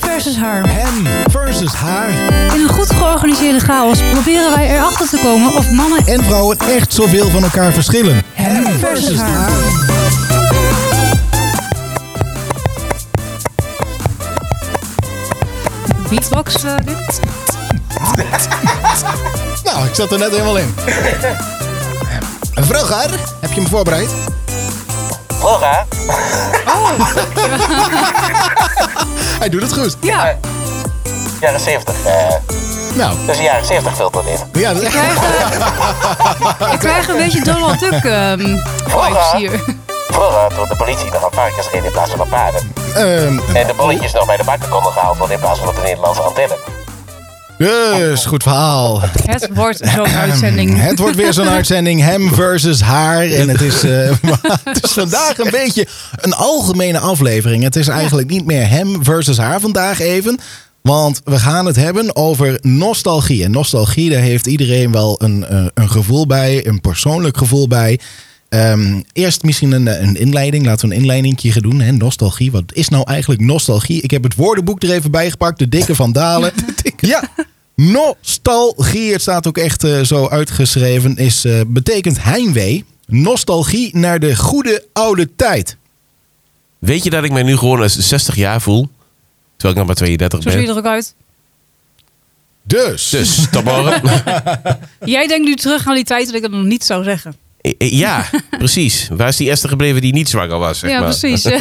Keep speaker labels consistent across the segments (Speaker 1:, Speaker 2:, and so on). Speaker 1: versus haar.
Speaker 2: Hem versus haar.
Speaker 1: In een goed georganiseerde chaos proberen wij erachter te komen of mannen
Speaker 2: en vrouwen echt zoveel van elkaar verschillen.
Speaker 1: Hem versus haar. Beatbox eh, dit?
Speaker 2: Nou, ik zat er net helemaal in. Vroeger, heb je me voorbereid?
Speaker 3: Hora.
Speaker 2: Hij doet het goed.
Speaker 1: Ja.
Speaker 3: Jaren 70. eh
Speaker 2: Nou,
Speaker 3: dus een jaren 70 filter in.
Speaker 2: ja, dat
Speaker 1: Ik krijg, eh, ik krijg een beetje Donald Duck ehm, vibes hier.
Speaker 3: Vroeger had door de politie nog aan varkens reed in plaats van op paarden.
Speaker 2: ehm,
Speaker 3: En de bolletjes nog bij de bakker konden gehaald worden in plaats van op de Nederlandse antenne.
Speaker 2: dus goed verhaal.
Speaker 1: Het wordt zo'n uitzending.
Speaker 2: Het wordt weer zo'n uitzending hem versus haar. En het is, eh, het is vandaag een beetje een algemene aflevering. Het is eigenlijk niet meer hem versus haar vandaag even. Want we gaan het hebben over nostalgie. En nostalgie, daar heeft iedereen wel een, eh, een gevoel bij, een persoonlijk gevoel bij. Ehm, eerst misschien een, eh, een inleiding. Laten we een inleidingje gaan doen. Hè? Nostalgie. Wat is nou eigenlijk nostalgie? Ik heb het woordenboek er even bij gepakt. De dikke van Dalen. Ja. Nostalgie, het staat ook echt eh, zo uitgeschreven, is, eh, betekent heimwee. Nostalgie naar de goede oude tijd.
Speaker 4: Weet je dat ik mij nu gewoon als 60 jaar voel? Terwijl ik nog maar 32
Speaker 1: Zo zie je
Speaker 4: ben.
Speaker 1: er ook uit.
Speaker 2: Dus.
Speaker 4: Dus, tot morgen.
Speaker 1: Jij denkt nu terug aan die tijd dat ik dat nog niet zou zeggen.
Speaker 4: Eh, eh, ja, precies. Waar is die Esther gebleven die niet zwanger was? Zeg
Speaker 1: ja,
Speaker 4: maar.
Speaker 1: precies. hè.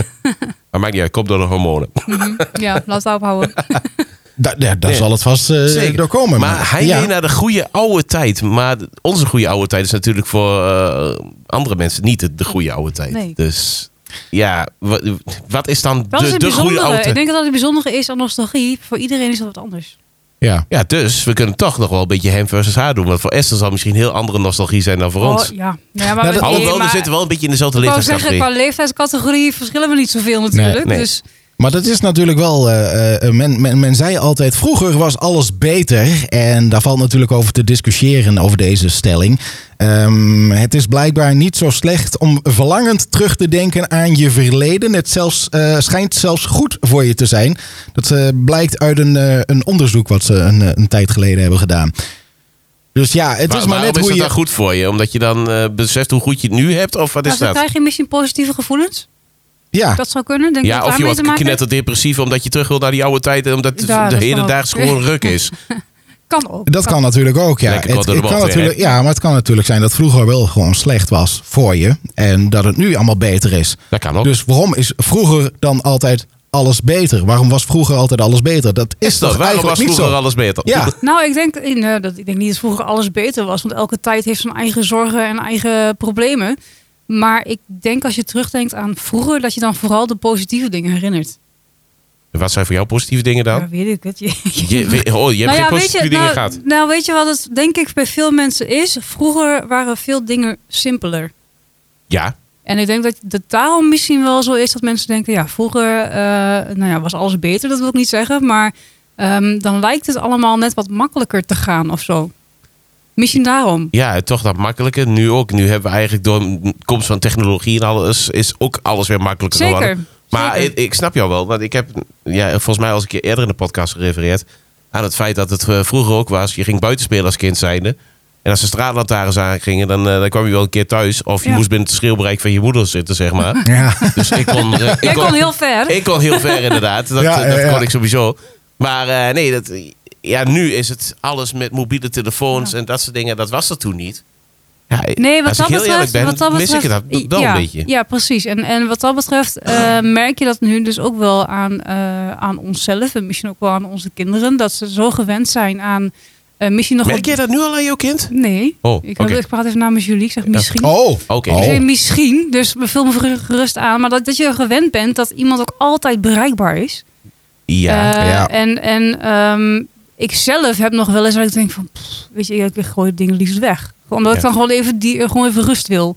Speaker 4: Maar maakt niet uit, komt door de hormonen.
Speaker 1: ja, laat het ophouden.
Speaker 2: Da- da- daar zal het vast eh, door komen.
Speaker 4: Maar hij
Speaker 2: ja.
Speaker 4: ging naar de goede oude tijd. Maar onze goede oude tijd is natuurlijk voor eh, andere mensen niet de, de goede oude tijd.
Speaker 1: Nee.
Speaker 4: Dus ja, wa- wat, is dan
Speaker 1: Dat is
Speaker 4: de,
Speaker 1: het
Speaker 4: de goede oude
Speaker 1: bijzondere. Ik
Speaker 4: tijd?
Speaker 1: denk dat dat het bijzondere is aan nostalgie. Voor iedereen is dat wat anders.
Speaker 2: ja.
Speaker 4: Ja, dus we kunnen toch nog wel een beetje hem versus haar doen. Want voor Esther zal misschien heel andere nostalgie zijn dan voor ons.
Speaker 1: Oh, ja. Nee, maar
Speaker 2: Nou, dat-
Speaker 4: Alhoewel,
Speaker 1: nee, maar-
Speaker 4: we zitten wel een beetje in dezelfde
Speaker 1: Ik wou zeggen,
Speaker 4: leeftijdscategorie.
Speaker 1: qua leeftijdscategorie verschillen we niet zoveel natuurlijk.
Speaker 4: Nee.
Speaker 1: Dus
Speaker 2: Maar dat is natuurlijk wel. eh, eh, men, men, men zei altijd: vroeger was alles beter. En daar valt natuurlijk over te discussiëren over deze stelling. Ehm, het is blijkbaar niet zo slecht om verlangend terug te denken aan je verleden. Het zelfs, eh, schijnt zelfs goed voor je te zijn. Dat eh, blijkt uit een, eh, een onderzoek wat ze een, eh, een tijd geleden hebben gedaan. Dus ja, het
Speaker 4: Maar,
Speaker 2: is maar net
Speaker 4: waarom is
Speaker 2: hoe
Speaker 4: dat
Speaker 2: je.
Speaker 4: dan goed voor je? Omdat je dan eh, beseft hoe goed je het nu hebt? Of wat
Speaker 1: nou,
Speaker 4: is
Speaker 1: dan
Speaker 4: dat?
Speaker 1: krijg je misschien positieve gevoelens.
Speaker 2: ja.
Speaker 1: Dat zou kunnen. Denk
Speaker 4: Ja,
Speaker 1: dat
Speaker 4: of je
Speaker 1: daarmee te
Speaker 4: wordt
Speaker 1: maken
Speaker 4: knetterdepressief omdat je terug wil naar die oude tijd. en Omdat
Speaker 1: Ja,
Speaker 4: het
Speaker 1: dat
Speaker 4: de
Speaker 1: kan ook.
Speaker 4: hele dag gewoon ruk is.
Speaker 1: Kan ook.
Speaker 2: Dat kan natuurlijk ook, ja.
Speaker 4: Lekker kort door de
Speaker 2: kan
Speaker 4: bocht weer,
Speaker 2: natuurlijk, ja, maar het kan natuurlijk zijn dat vroeger wel gewoon slecht was voor je. En dat het nu allemaal beter is.
Speaker 4: Dat kan ook.
Speaker 2: Dus waarom is vroeger dan altijd alles beter? Waarom was vroeger altijd alles beter? Dat is,
Speaker 4: is
Speaker 2: toch
Speaker 4: dat? Waarom was
Speaker 2: eigenlijk niet
Speaker 4: vroeger
Speaker 2: zo?
Speaker 4: alles beter?
Speaker 2: Ja,
Speaker 1: Nou, ik denk, eh, nou, dat, ik denk niet dat vroeger alles beter was. Want elke tijd heeft zijn eigen zorgen en eigen problemen. Maar ik denk als je terugdenkt aan vroeger, dat je dan vooral de positieve dingen herinnert.
Speaker 4: Wat zijn voor jou positieve dingen
Speaker 1: Ja,
Speaker 4: dan?
Speaker 1: weet ik het. Je-
Speaker 4: Je, we- oh, je hebt
Speaker 1: Nou
Speaker 4: geen
Speaker 1: ja, weet
Speaker 4: positieve
Speaker 1: je,
Speaker 4: dingen
Speaker 1: nou,
Speaker 4: gehad.
Speaker 1: Nou, weet je wat het denk ik bij veel mensen is? Vroeger waren veel dingen simpeler.
Speaker 4: Ja,
Speaker 1: En ik denk dat het daarom misschien wel zo is dat mensen denken: ja, vroeger eh, nou ja, was alles beter, dat wil ik niet zeggen. Maar ehm, dan lijkt het allemaal net wat makkelijker te gaan of zo. Misschien daarom.
Speaker 4: ja, toch dat makkelijke. Nu ook. Nu hebben we eigenlijk door de komst van technologie en alles... is ook alles weer makkelijker
Speaker 1: Zeker,
Speaker 4: geworden. Maar
Speaker 1: zeker.
Speaker 4: ik, ik snap jou wel. Want ik heb ja, volgens mij als ik je eerder in de podcast gerefereerd... aan het feit dat het eh, vroeger ook was. Je ging buitenspelen als kind zijnde. En als de straatlantaarns aangingen, dan, eh, dan kwam je wel een keer thuis. Of je
Speaker 1: Ja.
Speaker 4: moest binnen het schreeuwbereik van je moeder zitten, zeg maar.
Speaker 2: ja.
Speaker 4: Dus ik kon, eh, ik
Speaker 1: Jij kon heel ver.
Speaker 4: Ik kon heel ver inderdaad. Dat, eh,
Speaker 2: Ja,
Speaker 4: dat
Speaker 2: ja, ja.
Speaker 4: kon ik sowieso. Maar eh, nee, dat, ja, nu is het alles met mobiele telefoons en dat soort dingen. Dat was er toen niet. Ja, eh,
Speaker 1: Nee, wat
Speaker 4: als
Speaker 1: dat
Speaker 4: ik heel
Speaker 1: betreft,
Speaker 4: eerlijk ben,
Speaker 1: wat dat
Speaker 4: mis
Speaker 1: betreft,
Speaker 4: ik dat wel
Speaker 1: ja,
Speaker 4: een beetje.
Speaker 1: Ja, precies. En, en wat dat betreft eh, merk je dat nu dus ook wel aan, eh, aan onszelf en misschien ook wel aan onze kinderen. Dat ze zo gewend zijn aan eh, misschien nog
Speaker 4: Merk
Speaker 1: wat-
Speaker 4: je dat nu al aan jouw kind?
Speaker 1: Nee.
Speaker 4: Oh,
Speaker 1: ik,
Speaker 4: oké.
Speaker 1: ik praat even namens jullie. Ik zeg misschien.
Speaker 2: Oh,
Speaker 4: Oké.
Speaker 2: oh.
Speaker 1: Ik zeg misschien, dus we vul me gerust- gerust aan. Maar dat, dat je gewend bent dat iemand ook altijd bereikbaar is.
Speaker 4: Ja.
Speaker 1: Eh,
Speaker 2: ja.
Speaker 1: En, en ehm, ik zelf heb nog wel eens dat ik denk van... pff, weet je, ik gooi dingen liefst weg. Omdat ik
Speaker 4: Ja.
Speaker 1: dan gewoon even, die, eh, gewoon even rust wil.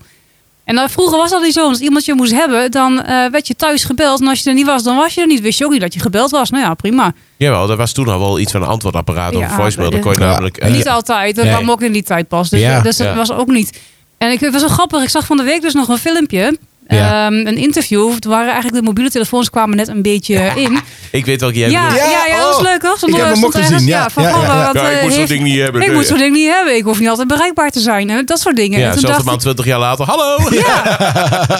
Speaker 1: En dan, vroeger was dat niet zo. Als iemand je moest hebben, dan eh, werd je thuis gebeld. En als je er niet was, dan was je er niet. Wist je ook niet dat je gebeld was. Nou ja, prima.
Speaker 4: Jawel, dat was toen al wel iets van een antwoordapparaat of
Speaker 1: Ja,
Speaker 4: een voicemail. Dan kon je
Speaker 2: ja.
Speaker 4: namelijk... eh,
Speaker 1: Niet altijd. Dat
Speaker 4: Nee.
Speaker 1: kwam ook in die tijd pas. Dus,
Speaker 2: Ja.
Speaker 1: dus dat
Speaker 4: Ja.
Speaker 1: was ook niet. En ik, het was wel grappig. Ik zag van de week dus nog een filmpje.
Speaker 2: Ja.
Speaker 1: Ehm, een interview. Toen waren eigenlijk de mobiele telefoons kwamen net een beetje in.
Speaker 4: Ik weet welke jij
Speaker 1: Ja,
Speaker 4: bedoelt.
Speaker 1: ja, ja, dat
Speaker 2: oh,
Speaker 1: was leuk hoor. Stond
Speaker 2: ik
Speaker 1: er-
Speaker 2: heb hem
Speaker 1: stond
Speaker 2: ook
Speaker 1: er ergens,
Speaker 2: gezien, ja.
Speaker 1: van,
Speaker 2: Ja,
Speaker 1: oh,
Speaker 2: ja, ja.
Speaker 1: wat,
Speaker 4: Ja, ik
Speaker 1: eh,
Speaker 4: moet zo'n
Speaker 1: heeft-
Speaker 4: ding niet hebben.
Speaker 1: Ik
Speaker 4: nee.
Speaker 1: moet zo'n ding niet hebben. Ik hoef niet altijd bereikbaar te zijn. hè. Dat soort dingen.
Speaker 4: ja,
Speaker 1: En toen
Speaker 4: zelfs
Speaker 1: dacht
Speaker 4: een man
Speaker 1: ik,
Speaker 4: 20 jaar later. Hallo!
Speaker 1: ja.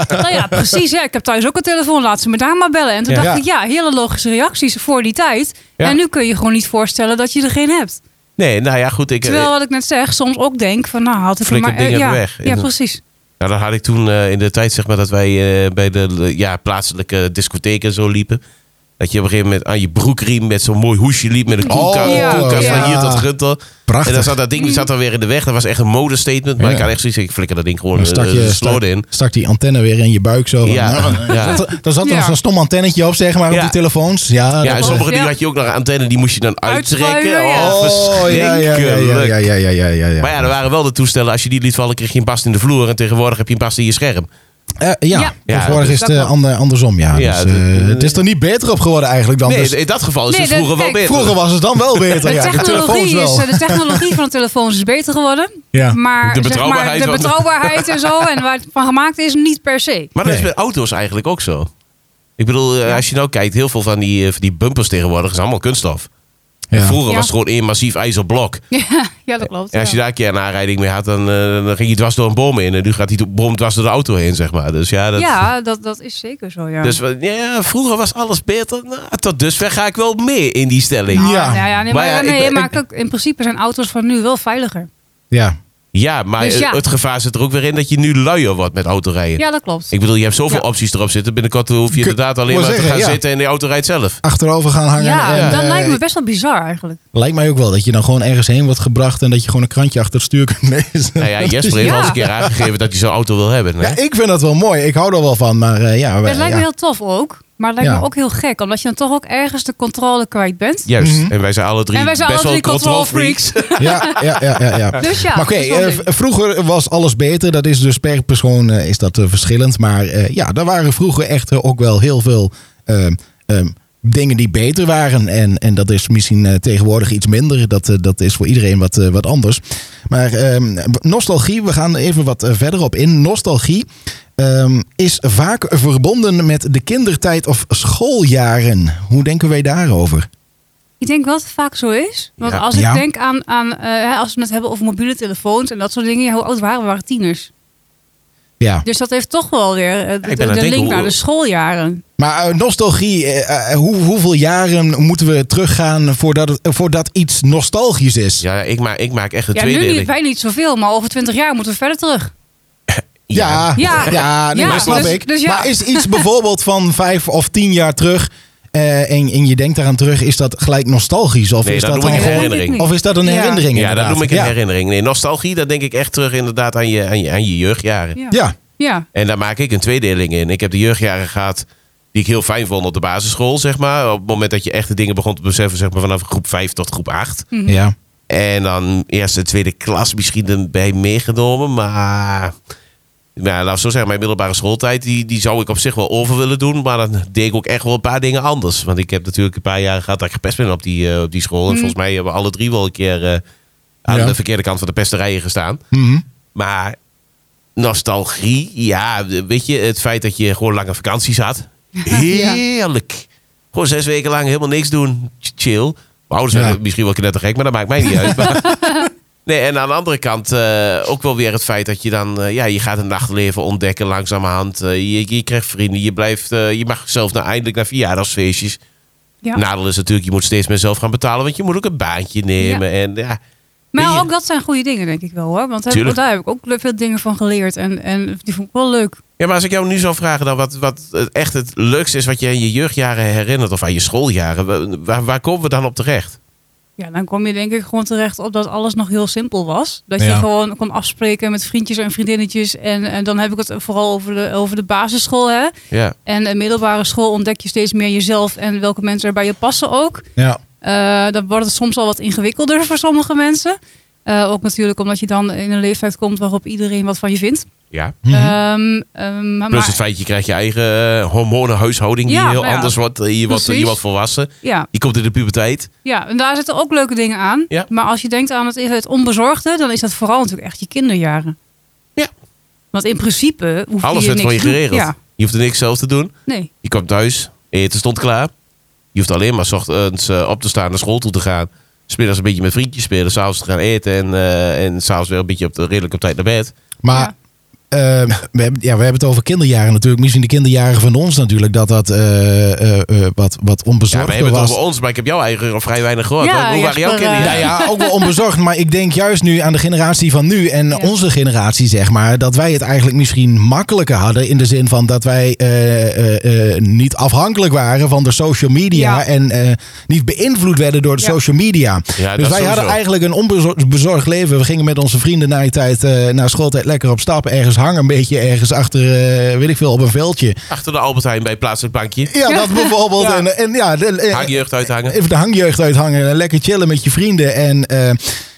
Speaker 1: nou ja, precies. Ja. Ik heb thuis ook een telefoon. Laat ze me daar maar bellen. En toen
Speaker 4: Ja.
Speaker 1: dacht
Speaker 2: Ja.
Speaker 1: ik, ja, hele logische reacties voor die tijd.
Speaker 4: Ja.
Speaker 1: En nu kun je gewoon niet voorstellen dat je er geen hebt.
Speaker 4: Nee, nou ja, goed. Ik,
Speaker 1: Terwijl wat ik net zeg, soms ook denk van, nou, had ik hem
Speaker 4: Flikker
Speaker 1: maar... eh,
Speaker 4: dingen
Speaker 1: ja,
Speaker 4: weg.
Speaker 1: ja, precies.
Speaker 4: Nou, dat had ik toen eh, in de tijd, zeg maar, dat wij eh, bij de eh, ja, plaatselijke discotheek en zo liepen. Dat je op een gegeven moment aan je broekriem met zo'n mooi hoesje liep. Met een koelka-
Speaker 2: Oh,
Speaker 4: koelkast,
Speaker 1: ja.
Speaker 4: van hier tot Guntel.
Speaker 2: Prachtig.
Speaker 4: En dan zat dat ding die zat dan weer in de weg. Dat was echt een modestatement. Maar
Speaker 2: Ja.
Speaker 4: ik had echt zoiets ik flikker dat ding gewoon
Speaker 2: Dan
Speaker 4: eh,
Speaker 2: stak, je,
Speaker 4: de sloot in.
Speaker 2: stak, stak die antenne weer in je buik zo. van,
Speaker 4: Ja.
Speaker 2: nou,
Speaker 4: Ja.
Speaker 2: Er zat, er zat dan
Speaker 1: Ja.
Speaker 2: zo'n stom antennetje op, zeg maar,
Speaker 4: Ja.
Speaker 2: op die telefoons. Ja,
Speaker 4: Ja, en
Speaker 2: Ah, dat-
Speaker 4: sommige
Speaker 1: Ja.
Speaker 4: dingen had je ook nog een antenne, die moest je dan uittrekken.
Speaker 1: Uitschuiven, ja.
Speaker 4: Oh,
Speaker 2: Oh, ja, ja, ja, ja,
Speaker 4: verschrikkelijk.
Speaker 2: ja, ja, ja, ja, ja, ja.
Speaker 4: Maar ja, er waren wel de toestellen. Als je die liet vallen, kreeg je een bast in de vloer. En tegenwoordig heb je een bast in je scherm.
Speaker 2: Eh, ja.
Speaker 1: Ja.
Speaker 4: Ja,
Speaker 2: tegenwoordig
Speaker 4: dus
Speaker 2: is
Speaker 1: dat
Speaker 2: het eh,
Speaker 1: klopt.
Speaker 2: ander, andersom, ja.
Speaker 4: Ja,
Speaker 2: dus, eh,
Speaker 4: dat-
Speaker 2: het is er niet beter op geworden eigenlijk dan.
Speaker 4: Nee,
Speaker 2: dus,
Speaker 4: in dat geval is
Speaker 1: Nee,
Speaker 4: het
Speaker 1: dat-
Speaker 4: vroeger wel
Speaker 1: kijk,
Speaker 4: beter.
Speaker 2: vroeger was het dan wel beter.
Speaker 1: De,
Speaker 2: ja, de telefoons
Speaker 1: technologie is, eh, dus-
Speaker 2: wel.
Speaker 1: de technologie van de telefoons is beter geworden.
Speaker 2: Ja.
Speaker 1: Maar
Speaker 4: De
Speaker 1: zeg maar,
Speaker 4: betrouwbaarheid
Speaker 1: de
Speaker 4: van-
Speaker 1: betrouwbaarheid en zo en waar het van gemaakt is, niet per se.
Speaker 4: Maar dat is
Speaker 2: Nee.
Speaker 4: met auto's eigenlijk ook zo. Ik bedoel, eh, als je nou kijkt, heel veel van die, eh, van die bumpers tegenwoordig is allemaal kunststof. En
Speaker 2: Ja.
Speaker 4: Vroeger
Speaker 1: Ja.
Speaker 4: was het gewoon één massief ijzerblok.
Speaker 1: Ja, ja dat klopt.
Speaker 4: En als je
Speaker 1: ja.
Speaker 4: daar een keer een aanrijding mee had, dan, eh, dan ging je dwars door een boom in. En nu gaat die boom dwars door de auto heen, zeg maar. Dus ja, dat,
Speaker 1: ja, dat, dat is zeker zo, ja.
Speaker 4: Dus, we- ja, vroeger was alles beter. Nou, tot dusver ga ik wel mee in die stelling.
Speaker 2: Ja.
Speaker 1: ja, Ah, nou ja, nee,
Speaker 4: Maar
Speaker 1: maar,
Speaker 4: ja, ik
Speaker 1: nee,
Speaker 4: ben-
Speaker 1: maar
Speaker 4: ik-
Speaker 1: kijk, in principe zijn auto's van nu wel veiliger.
Speaker 2: Ja.
Speaker 4: Ja, maar
Speaker 1: Dus ja.
Speaker 4: het gevaar zit er ook weer in dat je nu luier wordt met autorijden.
Speaker 1: Ja, dat klopt.
Speaker 4: Ik bedoel, je hebt zoveel
Speaker 1: Ja.
Speaker 4: opties erop zitten. Binnenkort hoef je inderdaad alleen
Speaker 2: wou
Speaker 4: maar te
Speaker 2: zeggen,
Speaker 4: gaan
Speaker 2: ja.
Speaker 4: zitten en de auto rijdt zelf.
Speaker 2: Achterover gaan hangen.
Speaker 1: ja,
Speaker 2: en,
Speaker 1: dat
Speaker 2: eh,
Speaker 1: lijkt me best wel bizar eigenlijk.
Speaker 2: lijkt mij ook wel dat je dan gewoon ergens heen wordt gebracht en dat je gewoon een krantje achter het stuur kunt lezen.
Speaker 4: Nou ja, Jesper heeft
Speaker 1: Ja.
Speaker 4: al eens een keer aangegeven dat hij zo'n auto wil hebben. hè?
Speaker 2: Ja, ik vind dat wel mooi. Ik hou er wel van. Maar eh, ja, wij-
Speaker 1: het lijkt
Speaker 2: ja.
Speaker 1: me heel tof ook, maar het lijkt
Speaker 2: Ja.
Speaker 1: me ook heel gek. Omdat je dan toch ook ergens de controle kwijt bent.
Speaker 4: Juist.
Speaker 2: Mhm.
Speaker 4: En wij zijn alle drie
Speaker 1: en wij zijn
Speaker 4: best
Speaker 1: alle drie
Speaker 4: wel
Speaker 1: control
Speaker 4: freaks.
Speaker 1: freaks.
Speaker 2: Ja, ja, ja, ja, ja.
Speaker 1: Dus ja,
Speaker 2: maar oké,
Speaker 1: dat is wel
Speaker 2: eh,
Speaker 1: een
Speaker 2: v-
Speaker 1: ding.
Speaker 2: vroeger was alles beter. Dat is dus per persoon eh, is dat eh, verschillend. Maar eh, ja, er waren vroeger echt eh, ook wel heel veel ehm, ehm, dingen die beter waren. En, en dat is misschien eh, tegenwoordig iets minder. Dat, eh, dat is voor iedereen wat, eh, wat anders. Maar ehm, nostalgie, we gaan er even wat eh, verder op in. Nostalgie ehm, is vaak verbonden met de kindertijd of schooljaren. Hoe denken wij daarover?
Speaker 1: Ik denk wel dat het vaak zo is. Want
Speaker 4: Ja.
Speaker 1: als ik
Speaker 2: Ja.
Speaker 1: denk aan, aan eh, hè, als we het hebben over mobiele telefoons en dat soort dingen. Ja, hoe oud waren we? We waren tieners.
Speaker 2: Ja.
Speaker 1: Dus dat heeft toch wel weer eh, de,
Speaker 4: ik ben aan het
Speaker 1: de
Speaker 4: denken,
Speaker 1: link
Speaker 4: hoe-
Speaker 1: naar de schooljaren.
Speaker 2: Maar eh, nostalgie, eh, eh, hoe, hoeveel jaren moeten we teruggaan voordat, het, eh, voordat iets nostalgisch is?
Speaker 4: Ja, ik maak, ik maak echt een
Speaker 1: Ja, nu
Speaker 4: tweedeling.
Speaker 1: niet, wij niet zoveel, maar over twintig jaar moeten we verder terug.
Speaker 2: Ja, ja,
Speaker 1: Ja.
Speaker 2: nee,
Speaker 1: Ja,
Speaker 2: dat snap
Speaker 1: dus-
Speaker 2: ik.
Speaker 1: dus ja.
Speaker 2: Maar is iets bijvoorbeeld van vijf of tien jaar terug eh, en, en je denkt daaraan terug, is dat gelijk nostalgisch? Of,
Speaker 4: Nee,
Speaker 2: is
Speaker 4: dat
Speaker 2: dat
Speaker 4: noem
Speaker 2: dan
Speaker 4: ik een
Speaker 2: gewoon-
Speaker 4: herinnering.
Speaker 1: niet.
Speaker 2: of is dat een
Speaker 1: Ja.
Speaker 2: herinnering?
Speaker 4: Ja, dat
Speaker 2: inderdaad?
Speaker 4: noem ik een
Speaker 2: ja.
Speaker 4: herinnering. Nee, nostalgie, dat denk ik echt terug inderdaad aan je, aan je, aan je jeugdjaren.
Speaker 1: Ja.
Speaker 2: Ja,
Speaker 1: Ja.
Speaker 4: En daar maak ik een tweedeling in. Ik heb de jeugdjaren gehad die ik heel fijn vond op de basisschool, zeg maar. Op het moment dat je echt de dingen begon te beseffen, zeg maar vanaf groep 5 tot groep 8.
Speaker 1: Mhm.
Speaker 2: ja.
Speaker 4: En dan eerste, tweede klas misschien erbij meegenomen. Maar ja, laten we zo zeggen, mijn middelbare schooltijd... Die, die zou ik op zich wel over willen doen. Maar dan deed ik ook echt wel een paar dingen anders. Want ik heb natuurlijk een paar jaar gehad dat ik gepest ben op die, eh, op die school. En volgens mij hebben we alle drie wel een keer... eh, aan
Speaker 2: Ja.
Speaker 4: de verkeerde kant van de pesterijen gestaan.
Speaker 2: Mhm.
Speaker 4: Maar nostalgie, ja, weet je, het feit dat je gewoon lange vakanties had. Heerlijk. Gewoon zes weken lang helemaal niks doen. Ch- Chill. Mijn ouders
Speaker 2: Ja.
Speaker 4: zijn misschien wel knettergek, maar dat maakt mij niet uit. Maar- Nee, en aan de andere kant eh, ook wel weer het feit dat je dan... eh, ja, je gaat het nachtleven ontdekken langzamerhand. Eh, je, je krijgt vrienden, je, blijft, eh, je mag zelf naar, eindelijk naar verjaardagsfeestjes.
Speaker 1: Ja.
Speaker 4: Nadeel is natuurlijk, je moet steeds meer zelf gaan betalen... want je moet ook een baantje nemen. En, ja, weet je-
Speaker 1: Maar ook dat zijn goede dingen, denk ik wel hoor. Want
Speaker 4: Tuurlijk.
Speaker 1: heb, daar heb ik ook veel dingen van geleerd. En, en die vond ik wel leuk.
Speaker 4: Ja, maar als ik jou nu zou vragen dan wat, wat het echt het leukste is wat je in je jeugdjaren herinnert of aan je schooljaren, wa- waar, waar komen we dan op terecht?
Speaker 1: Ja, dan kom je denk ik gewoon terecht op dat alles nog heel simpel was. Dat je
Speaker 2: Ja.
Speaker 1: gewoon kon afspreken met vriendjes en vriendinnetjes. En, en dan heb ik het vooral over de, over de basisschool. Hè?
Speaker 4: Ja.
Speaker 1: En de middelbare school ontdek je steeds meer jezelf en welke mensen er bij je passen ook.
Speaker 2: ja.
Speaker 1: Eh, dan wordt het soms al wat ingewikkelder voor sommige mensen. Eh, ook natuurlijk omdat je dan in een leeftijd komt waarop iedereen wat van je vindt.
Speaker 4: ja.
Speaker 2: Mhm.
Speaker 1: Ehm, ehm, maar-
Speaker 4: Plus het feit je krijgt je eigen eh, hormonenhuishouding die
Speaker 1: Ja,
Speaker 4: heel
Speaker 1: nou ja.
Speaker 4: anders wordt. eh, Je wordt, je
Speaker 1: Precies.
Speaker 4: wordt volwassen.
Speaker 1: ja,
Speaker 4: Je komt in de puberteit.
Speaker 1: ja, en daar zitten ook leuke dingen aan.
Speaker 4: Ja.
Speaker 1: Maar als je denkt aan het, het onbezorgde, dan is dat vooral natuurlijk echt je kinderjaren.
Speaker 4: Ja.
Speaker 1: Want in principe hoef
Speaker 4: Alles
Speaker 1: je
Speaker 4: werd
Speaker 1: niks
Speaker 4: voor je
Speaker 1: te doen.
Speaker 4: geregeld.
Speaker 1: Ja,
Speaker 4: Je hoefde niks zelf te doen.
Speaker 1: nee.
Speaker 4: Je kwam thuis, eten stond klaar. Je hoeft alleen maar 's ochtends eh, op te staan, naar school toe te gaan. Smiddags een beetje met vriendjes spelen, s'avonds te gaan eten. En, eh, en s'avonds weer een beetje op de, redelijk op tijd naar bed.
Speaker 2: Maar eh, we, hebben, ja, we hebben het over kinderjaren natuurlijk. Misschien de kinderjaren van ons natuurlijk. Dat dat eh, eh, eh, wat, wat
Speaker 4: Ja, we
Speaker 2: onbezorgder
Speaker 4: hebben het
Speaker 2: was.
Speaker 4: over ons, maar ik heb jou eigenlijk al vrij weinig gehoord.
Speaker 1: Ja,
Speaker 4: Hoe- Hoe waren jouw
Speaker 1: Jasper,
Speaker 4: kinderen?
Speaker 1: eh,
Speaker 2: Nou ja, ook wel onbezorgd. Maar ik denk juist nu aan de generatie van nu en
Speaker 1: Ja.
Speaker 2: onze generatie, zeg maar. Dat wij het eigenlijk misschien makkelijker hadden. In de zin van dat wij eh, eh, eh, niet afhankelijk waren van de social media.
Speaker 1: Ja.
Speaker 2: En eh, niet beïnvloed werden door de
Speaker 1: Ja.
Speaker 2: social media. dus
Speaker 4: Ja,
Speaker 2: wij
Speaker 4: dat
Speaker 2: hadden
Speaker 4: sowieso.
Speaker 2: eigenlijk een onbezorgd leven. We gingen met onze vrienden na, die tijd, eh, na schooltijd lekker op stap. Ergens hangen, een beetje ergens achter, eh, weet ik veel, op een veldje.
Speaker 4: Achter de Albert Heijn bij plaatselijk bankje.
Speaker 2: Ja, dat bijvoorbeeld.
Speaker 1: Ja.
Speaker 2: En, en ja, de- eh,
Speaker 4: Haakjeugd uithangen.
Speaker 2: even de hangjeugd uithangen. en Lekker chillen met je vrienden. En eh,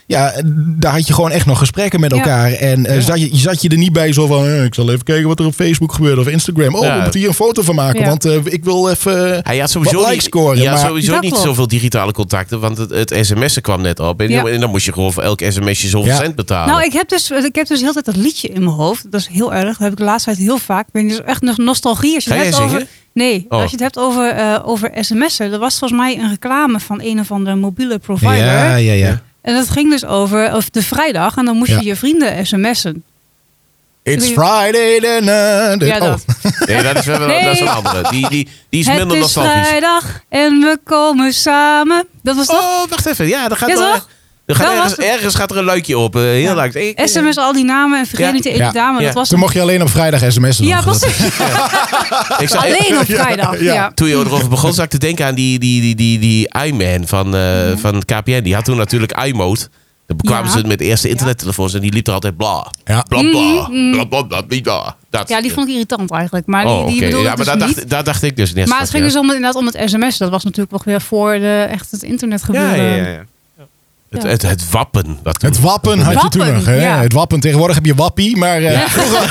Speaker 2: ja, daar had je gewoon echt nog gesprekken met
Speaker 1: Ja.
Speaker 2: elkaar. En eh, zat, je, je zat je er niet bij zo van... eh, ik zal even kijken wat er op Facebook gebeurt of Instagram. Oh,
Speaker 4: Ja.
Speaker 2: we moeten hier een foto van maken.
Speaker 1: Ja.
Speaker 2: Want eh, ik wil even...
Speaker 4: Hij had sowieso
Speaker 2: Wat
Speaker 4: niet,
Speaker 2: likes scoren,
Speaker 4: ja,
Speaker 2: maar-
Speaker 4: sowieso
Speaker 1: Dat
Speaker 4: niet
Speaker 1: klopt.
Speaker 4: zoveel digitale contacten, want het, het sms'en kwam net op. En,
Speaker 1: Ja.
Speaker 4: en dan moest je gewoon voor elk sms'je zoveel
Speaker 2: Ja.
Speaker 4: cent betalen.
Speaker 1: Nou, ik heb, dus, ik heb dus heel de tijd dat liedje in mijn hoofd. Dat is heel erg. Dat heb ik de laatste tijd heel vaak. Ik ben dus echt nog nostalgie. Als je
Speaker 4: Ga
Speaker 1: het
Speaker 4: jij
Speaker 1: hebt over,
Speaker 4: zingen?
Speaker 1: nee,
Speaker 4: Oh.
Speaker 1: als je het hebt over, eh, over sms'en. Er was volgens mij een reclame van een of andere mobiele provider.
Speaker 2: ja, ja, ja.
Speaker 1: En dat ging dus over of de vrijdag. En dan moest
Speaker 2: Ja.
Speaker 1: je je vrienden sms'en.
Speaker 2: It's
Speaker 1: Nee.
Speaker 2: Friday then... eh,
Speaker 1: Ja,
Speaker 2: oh.
Speaker 1: dat.
Speaker 4: nee, dat is, wel,
Speaker 1: Nee.
Speaker 4: dat is een andere. Die, die, die is
Speaker 1: het
Speaker 4: minder
Speaker 1: is
Speaker 4: nostalgisch.
Speaker 1: vrijdag en we komen samen. Dat was toch?
Speaker 4: Oh, wacht even. Ja, dan gaat
Speaker 1: Ja,
Speaker 4: wel-
Speaker 1: toch?
Speaker 4: er gaat
Speaker 1: Dat
Speaker 4: ergens,
Speaker 1: was het.
Speaker 4: ergens gaat er een luikje op. eh, heel
Speaker 1: Ja.
Speaker 4: lang. Ik-
Speaker 1: SMS al die namen en vergeet
Speaker 4: Ja.
Speaker 1: niet de ene
Speaker 2: Ja.
Speaker 1: dame.
Speaker 4: Ja.
Speaker 1: Dat was
Speaker 2: Toen mocht je alleen op vrijdag sms'en.
Speaker 1: Ja,
Speaker 2: nog.
Speaker 1: was
Speaker 2: Dat-
Speaker 4: ik zag-
Speaker 1: alleen op vrijdag.
Speaker 2: ja.
Speaker 1: Ja.
Speaker 4: Toen je erover begon, zat ik te denken aan die, die, die, die, die iMan van, eh, van KPN. Die had toen natuurlijk iMode. Dan kwamen
Speaker 1: Mhm. Ja. Mhm.
Speaker 4: ze met de eerste internettelefoons en die liep er altijd bla.
Speaker 2: Ja.
Speaker 4: Bla bla. Bla bla bla. bla, bla. Dat.
Speaker 1: Ja, die vond ik irritant eigenlijk. Maar die,
Speaker 4: Oh,
Speaker 1: die
Speaker 4: oké.
Speaker 1: bedoelde
Speaker 4: Ja,
Speaker 1: ik
Speaker 4: maar
Speaker 1: dus
Speaker 4: daar
Speaker 1: niet.
Speaker 4: dacht, daar dacht ik dus net
Speaker 1: Maar
Speaker 4: van,
Speaker 1: het ging
Speaker 4: ja.
Speaker 1: dus om, inderdaad om het sms. Dat was natuurlijk nog weer voor de, echt het internet
Speaker 4: Ja,
Speaker 1: gebeuren.
Speaker 4: ja, ja, ja. Het,
Speaker 1: Ja.
Speaker 4: het, het wappen. Wat toen-
Speaker 2: Het wappen had je toen
Speaker 1: Wappen,
Speaker 2: nog. Hè?
Speaker 1: ja.
Speaker 2: Het wappen. Tegenwoordig heb je wappie, maar eh, vroeger,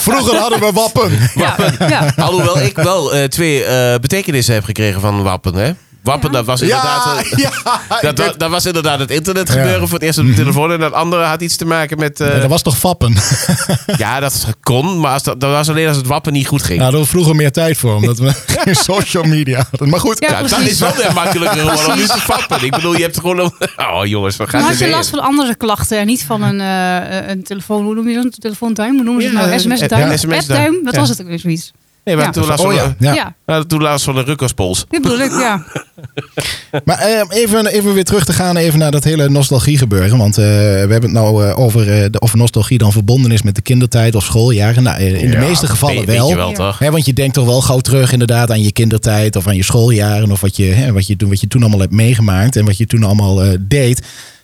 Speaker 2: vroeger hadden we wappen.
Speaker 1: Ja, ja.
Speaker 4: Alhoewel ik wel eh, twee eh, betekenissen heb gekregen van wappen. Hè? Wappen,
Speaker 1: Ja.
Speaker 4: dat was inderdaad...
Speaker 2: Ja,
Speaker 4: eh,
Speaker 2: ja, ik
Speaker 4: Dat,
Speaker 2: weet-
Speaker 4: dat, dat was inderdaad het internet gebeuren voor het eerst op de telefoon. En dat andere had iets te maken met... eh,
Speaker 2: Nee, dat was toch vappen?
Speaker 4: Ja, dat kon, maar als dat, dat was alleen als het wappen niet goed ging.
Speaker 2: Nou, daar hadden we vroeger meer tijd voor, omdat we geen social media hadden. Maar goed,
Speaker 1: Ja.
Speaker 4: Ja, dat
Speaker 1: precies.
Speaker 4: is wel weer makkelijker gewoon om niet te vappen. Ik bedoel, je hebt gewoon... een- Oh jongens, we
Speaker 1: Toen
Speaker 4: gaan
Speaker 1: had
Speaker 4: dit
Speaker 1: je
Speaker 4: weer.
Speaker 1: last van andere klachten en niet van een, eh, een telefoon. Hoe noem je dat? Een telefoontuin? Hoe noemen ze het
Speaker 4: Ja,
Speaker 1: nou?
Speaker 4: een-
Speaker 1: SMS-duim?
Speaker 4: een
Speaker 1: app
Speaker 4: SMS-duim.
Speaker 1: Appduim? Wat
Speaker 4: Ja.
Speaker 1: was het ook weer zoiets?
Speaker 4: Nee, we
Speaker 1: Ja.
Speaker 4: hadden toen last
Speaker 2: Oh
Speaker 4: van
Speaker 2: ja,
Speaker 4: een-
Speaker 1: Ja.
Speaker 2: ja.
Speaker 4: we hadden toen last van een rukkerspols.
Speaker 1: dit bedoel ik, ja.
Speaker 2: Maar eh, even, even weer terug te gaan even naar dat hele nostalgie gebeuren. Want eh, we hebben het nou eh, over eh, de, of nostalgie dan verbonden is met de kindertijd of schooljaren. Nou, eh, in de meeste gevallen
Speaker 4: Weet- Weet
Speaker 2: wel.
Speaker 4: je wel,
Speaker 1: Ja.
Speaker 4: toch?
Speaker 2: Hè, want je denkt toch wel gauw terug inderdaad aan je kindertijd of aan je schooljaren of wat je, hè, wat je, toen- wat je toen allemaal hebt meegemaakt en wat je toen allemaal eh, deed.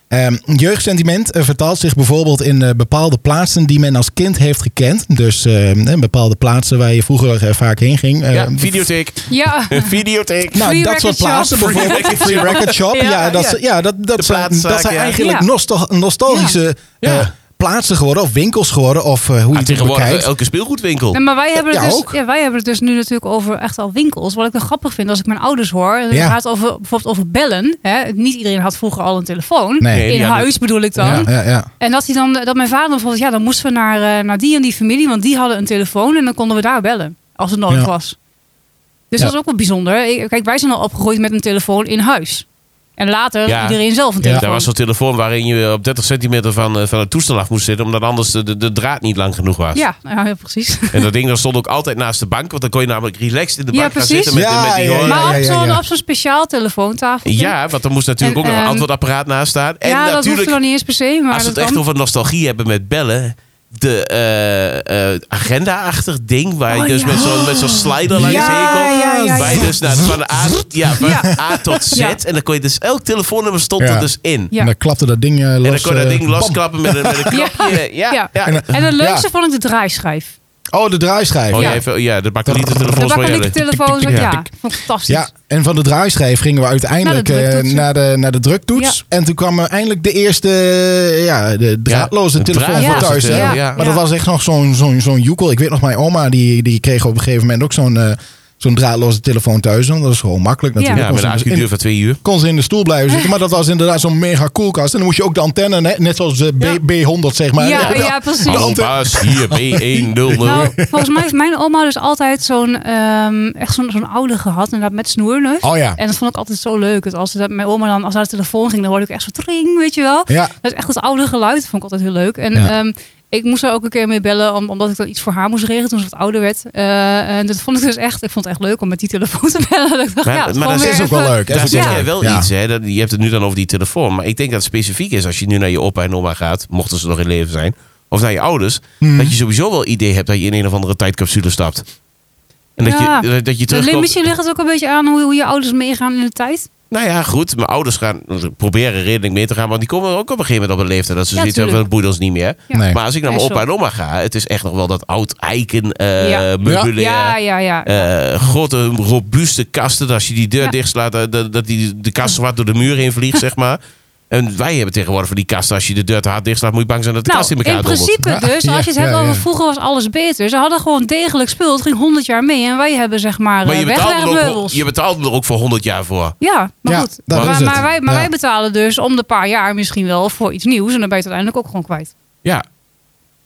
Speaker 2: Ehm, jeugdsentiment eh, vertaalt zich bijvoorbeeld in eh, bepaalde plaatsen die men als kind heeft gekend. Dus ehm, hè, bepaalde plaatsen waar je vroeger eh, vaak heen ging. Eh,
Speaker 4: Ja, videotheek.
Speaker 1: Ja,
Speaker 4: Videotheek.
Speaker 2: nou,
Speaker 1: Free
Speaker 2: dat soort
Speaker 1: record shop.
Speaker 2: plaatsen
Speaker 4: Free
Speaker 2: bijvoorbeeld.
Speaker 4: record
Speaker 2: Free
Speaker 4: shop.
Speaker 2: record shop. Ja,
Speaker 4: Ja,
Speaker 2: dat,
Speaker 4: ja.
Speaker 2: zijn- ja. dat,
Speaker 4: De
Speaker 2: dat, zijn,
Speaker 4: plaatszaak,
Speaker 2: dat zijn
Speaker 4: ja.
Speaker 2: eigenlijk
Speaker 1: Ja.
Speaker 2: nostal- nostalgische
Speaker 4: Ja.
Speaker 2: eh, plaatsen geworden. Of winkels geworden. Of eh, hoe je
Speaker 4: Ah,
Speaker 2: het ook
Speaker 4: tegenwoordig
Speaker 2: bekijkt.
Speaker 4: elke speelgoedwinkel.
Speaker 1: Nee, maar wij hebben, het
Speaker 2: Ja,
Speaker 1: dus,
Speaker 2: ook.
Speaker 1: ja, wij hebben het dus nu natuurlijk over echt al winkels. Wat ik wel grappig vind als ik mijn ouders hoor. Het
Speaker 2: Ja.
Speaker 1: gaat over, bijvoorbeeld over bellen. Hè. Niet iedereen had vroeger al een telefoon.
Speaker 2: Nee.
Speaker 4: Nee,
Speaker 1: In
Speaker 4: die hadden-
Speaker 1: huis bedoel ik dan.
Speaker 2: Ja, ja, ja.
Speaker 1: En dat, hij dan, dat mijn vader bijvoorbeeld, ja, dan moesten we naar, eh, naar die en die familie, want die hadden een telefoon en dan konden we daar bellen als het nodig
Speaker 2: Ja.
Speaker 1: was. Dus
Speaker 2: Ja.
Speaker 1: dat is ook wel bijzonder. Ik- Kijk, wij zijn al opgegroeid met een telefoon in huis. En later
Speaker 4: Ja.
Speaker 1: iedereen zelf een
Speaker 2: Ja.
Speaker 1: telefoon.
Speaker 4: Daar was zo'n telefoon waarin je op 30 centimeter van, eh, van het toestel af moest zitten. Omdat anders de, de, de draad niet lang genoeg was.
Speaker 1: ja, ja, ja, precies.
Speaker 4: En dat ding dat stond ook altijd naast de bank. Want dan kon je namelijk relaxed in de
Speaker 1: Ja,
Speaker 4: bank gaan
Speaker 1: precies.
Speaker 4: zitten. Met,
Speaker 2: Ja,
Speaker 4: met die
Speaker 2: ja, ja.
Speaker 4: horen.
Speaker 1: maar op zo'n
Speaker 2: ja.
Speaker 1: op zo'n speciaal telefoontafeltje.
Speaker 4: Ja, want er moest natuurlijk
Speaker 1: En,
Speaker 4: ook nog een
Speaker 1: ehm,
Speaker 4: antwoordapparaat naast staan. En
Speaker 1: ja dat hoeft
Speaker 4: natuurlijk,
Speaker 1: er dan niet eens per se. Maar
Speaker 4: als we het
Speaker 1: dat
Speaker 4: echt
Speaker 1: kan.
Speaker 4: over nostalgie hebben met bellen. De eh, eh, agenda-achtig ding waar je
Speaker 1: Oh,
Speaker 4: dus
Speaker 1: ja.
Speaker 4: met zo'n met zo'n slider langs
Speaker 1: Ja,
Speaker 4: heen kon.
Speaker 1: ja, ja, ja.
Speaker 4: Waar je dus naar, van A, ja, van
Speaker 1: Ja.
Speaker 4: A tot Z.
Speaker 1: Ja.
Speaker 4: En dan kon je dus elk telefoonnummer stond
Speaker 2: Ja.
Speaker 4: er dus in.
Speaker 1: Ja.
Speaker 2: En dan klapte dat ding eh, los.
Speaker 4: En dan kon je dat
Speaker 2: eh,
Speaker 4: ding
Speaker 2: bam.
Speaker 4: losklappen met een, met een
Speaker 1: Ja.
Speaker 4: knopje. Ja, ja. Oh,
Speaker 1: Ja.
Speaker 2: En, eh,
Speaker 1: En het leukste
Speaker 2: Ja.
Speaker 1: vond ik de draaischijf.
Speaker 2: Oh, de draaischijf.
Speaker 4: Oh
Speaker 1: Ja.
Speaker 4: ja, even, ja de bakkelieten
Speaker 1: De
Speaker 4: telefoons van
Speaker 1: bakkelieke
Speaker 4: jullie.
Speaker 1: telefoons,
Speaker 4: tik, tik,
Speaker 1: ja,
Speaker 4: tik.
Speaker 1: vond ik fantastisch.
Speaker 2: Ja, en van de draaischijf gingen we uiteindelijk
Speaker 1: Naar de
Speaker 2: eh,
Speaker 1: druktoetsen.
Speaker 2: naar de, naar de, druktoets. En toen kwam er eindelijk de eerste eh, ja, de draadloze
Speaker 4: een
Speaker 2: telefoon
Speaker 4: draadloze
Speaker 2: voor thuis. hè.
Speaker 4: telefoon, ja.
Speaker 2: Maar
Speaker 1: Ja.
Speaker 2: dat was echt nog zo'n zo'n zo'n joekel. Ik weet nog, mijn oma die, die kreeg op een gegeven moment ook zo'n eh, zo'n draadloze telefoon thuis doen. Dat is gewoon makkelijk natuurlijk.
Speaker 4: Ja,
Speaker 2: Kon
Speaker 4: met
Speaker 2: ze dus
Speaker 4: een
Speaker 2: in-
Speaker 4: accuduur van twee uur.
Speaker 2: kon ze in de stoel blijven zitten. Maar dat was inderdaad zo'n mega koelkast. En dan moest je ook de antenne, net, net zoals eh, B,
Speaker 4: Ja.
Speaker 2: B100 zeg maar.
Speaker 1: ja,
Speaker 2: de-
Speaker 1: ja, precies.
Speaker 4: Hallo
Speaker 2: antenne-
Speaker 4: baas, hier E B100.
Speaker 1: Nou, volgens mij heeft mijn oma dus altijd zo'n ehm, echt zo'n zo'n oude gehad. Inderdaad, met snoerlus.
Speaker 2: Oh ja.
Speaker 1: En dat vond ik altijd zo leuk. Dat als ze dat, mijn oma dan, als ze naar de telefoon ging, dan hoorde ik echt zo tring, weet je wel.
Speaker 2: Ja.
Speaker 1: Dat is echt dat oude geluid. Dat vond ik altijd heel leuk. En
Speaker 2: Ja.
Speaker 1: ehm, ik moest daar ook een keer mee bellen, om- omdat ik dan iets voor haar moest regelen toen ze wat ouder werd. Eh, en dat vond ik dus echt, ik vond het echt leuk om met die telefoon te bellen. Dat ik dacht,
Speaker 4: Maar-
Speaker 1: ja,
Speaker 4: maar
Speaker 1: het is gewoon
Speaker 4: dat
Speaker 1: weer
Speaker 4: is
Speaker 2: ook wel
Speaker 1: even-
Speaker 2: leuk.
Speaker 4: Daar
Speaker 2: Dat
Speaker 4: zeg
Speaker 1: wel
Speaker 4: jij
Speaker 1: leuk.
Speaker 4: wel
Speaker 2: Ja.
Speaker 4: iets. Hè? Dat, je hebt het nu dan over die telefoon. Maar ik denk dat het specifiek is als je nu naar je opa en oma gaat. Mochten ze nog in leven zijn. Of naar je ouders.
Speaker 1: Mhm.
Speaker 4: Dat je sowieso wel idee hebt dat je in een of andere tijdcapsule stapt. En dat,
Speaker 1: Ja.
Speaker 4: je, dat je
Speaker 1: Lim-
Speaker 4: terugkomt.
Speaker 1: Misschien ligt het ook een beetje aan hoe, hoe je ouders meegaan in de tijd.
Speaker 4: Nou ja, goed. Mijn ouders gaan proberen redelijk mee te gaan. Want die komen ook op een gegeven moment op een leeftijd. Dat ze
Speaker 1: Ja,
Speaker 4: zoiets hebben,
Speaker 1: tuurlijk.
Speaker 4: dat boeit ons niet meer.
Speaker 1: Ja.
Speaker 2: Nee.
Speaker 4: Maar als ik naar
Speaker 1: Ja,
Speaker 4: mijn opa
Speaker 1: sorry.
Speaker 4: en oma ga. Het is echt nog wel dat oud eiken eh
Speaker 1: Ja.
Speaker 4: meubilair.
Speaker 1: Ja, ja, ja.
Speaker 4: eh grote, robuuste kasten. Dat als je die deur
Speaker 1: Ja.
Speaker 4: dichtslaat, dat, dat dat die, de kast zwart door de muur heen vliegt, zeg maar. En wij hebben tegenwoordig van die kasten. Als je de deur te hard dichtslaat, moet je bang zijn dat de kast in elkaar
Speaker 1: Nou, in
Speaker 4: dobbelt.
Speaker 1: principe
Speaker 2: Ja,
Speaker 1: dus, als je het
Speaker 2: ja,
Speaker 1: hebt
Speaker 2: ja,
Speaker 1: over
Speaker 2: ja.
Speaker 1: vroeger was alles beter. Ze hadden gewoon degelijk spul. Het ging 100 jaar mee en wij hebben zeg maar,
Speaker 4: Maar
Speaker 1: eh,
Speaker 4: je betaalde, er ook,
Speaker 1: wegwerpmeubels.
Speaker 4: je betaalde er ook voor 100 jaar voor.
Speaker 1: Ja, maar
Speaker 2: Ja,
Speaker 1: goed.
Speaker 2: dat
Speaker 1: maar
Speaker 2: is het.
Speaker 1: maar, wij, maar
Speaker 2: Ja.
Speaker 1: wij betalen dus om de paar jaar misschien wel voor iets nieuws. En dan ben je het uiteindelijk ook gewoon kwijt.
Speaker 4: Ja.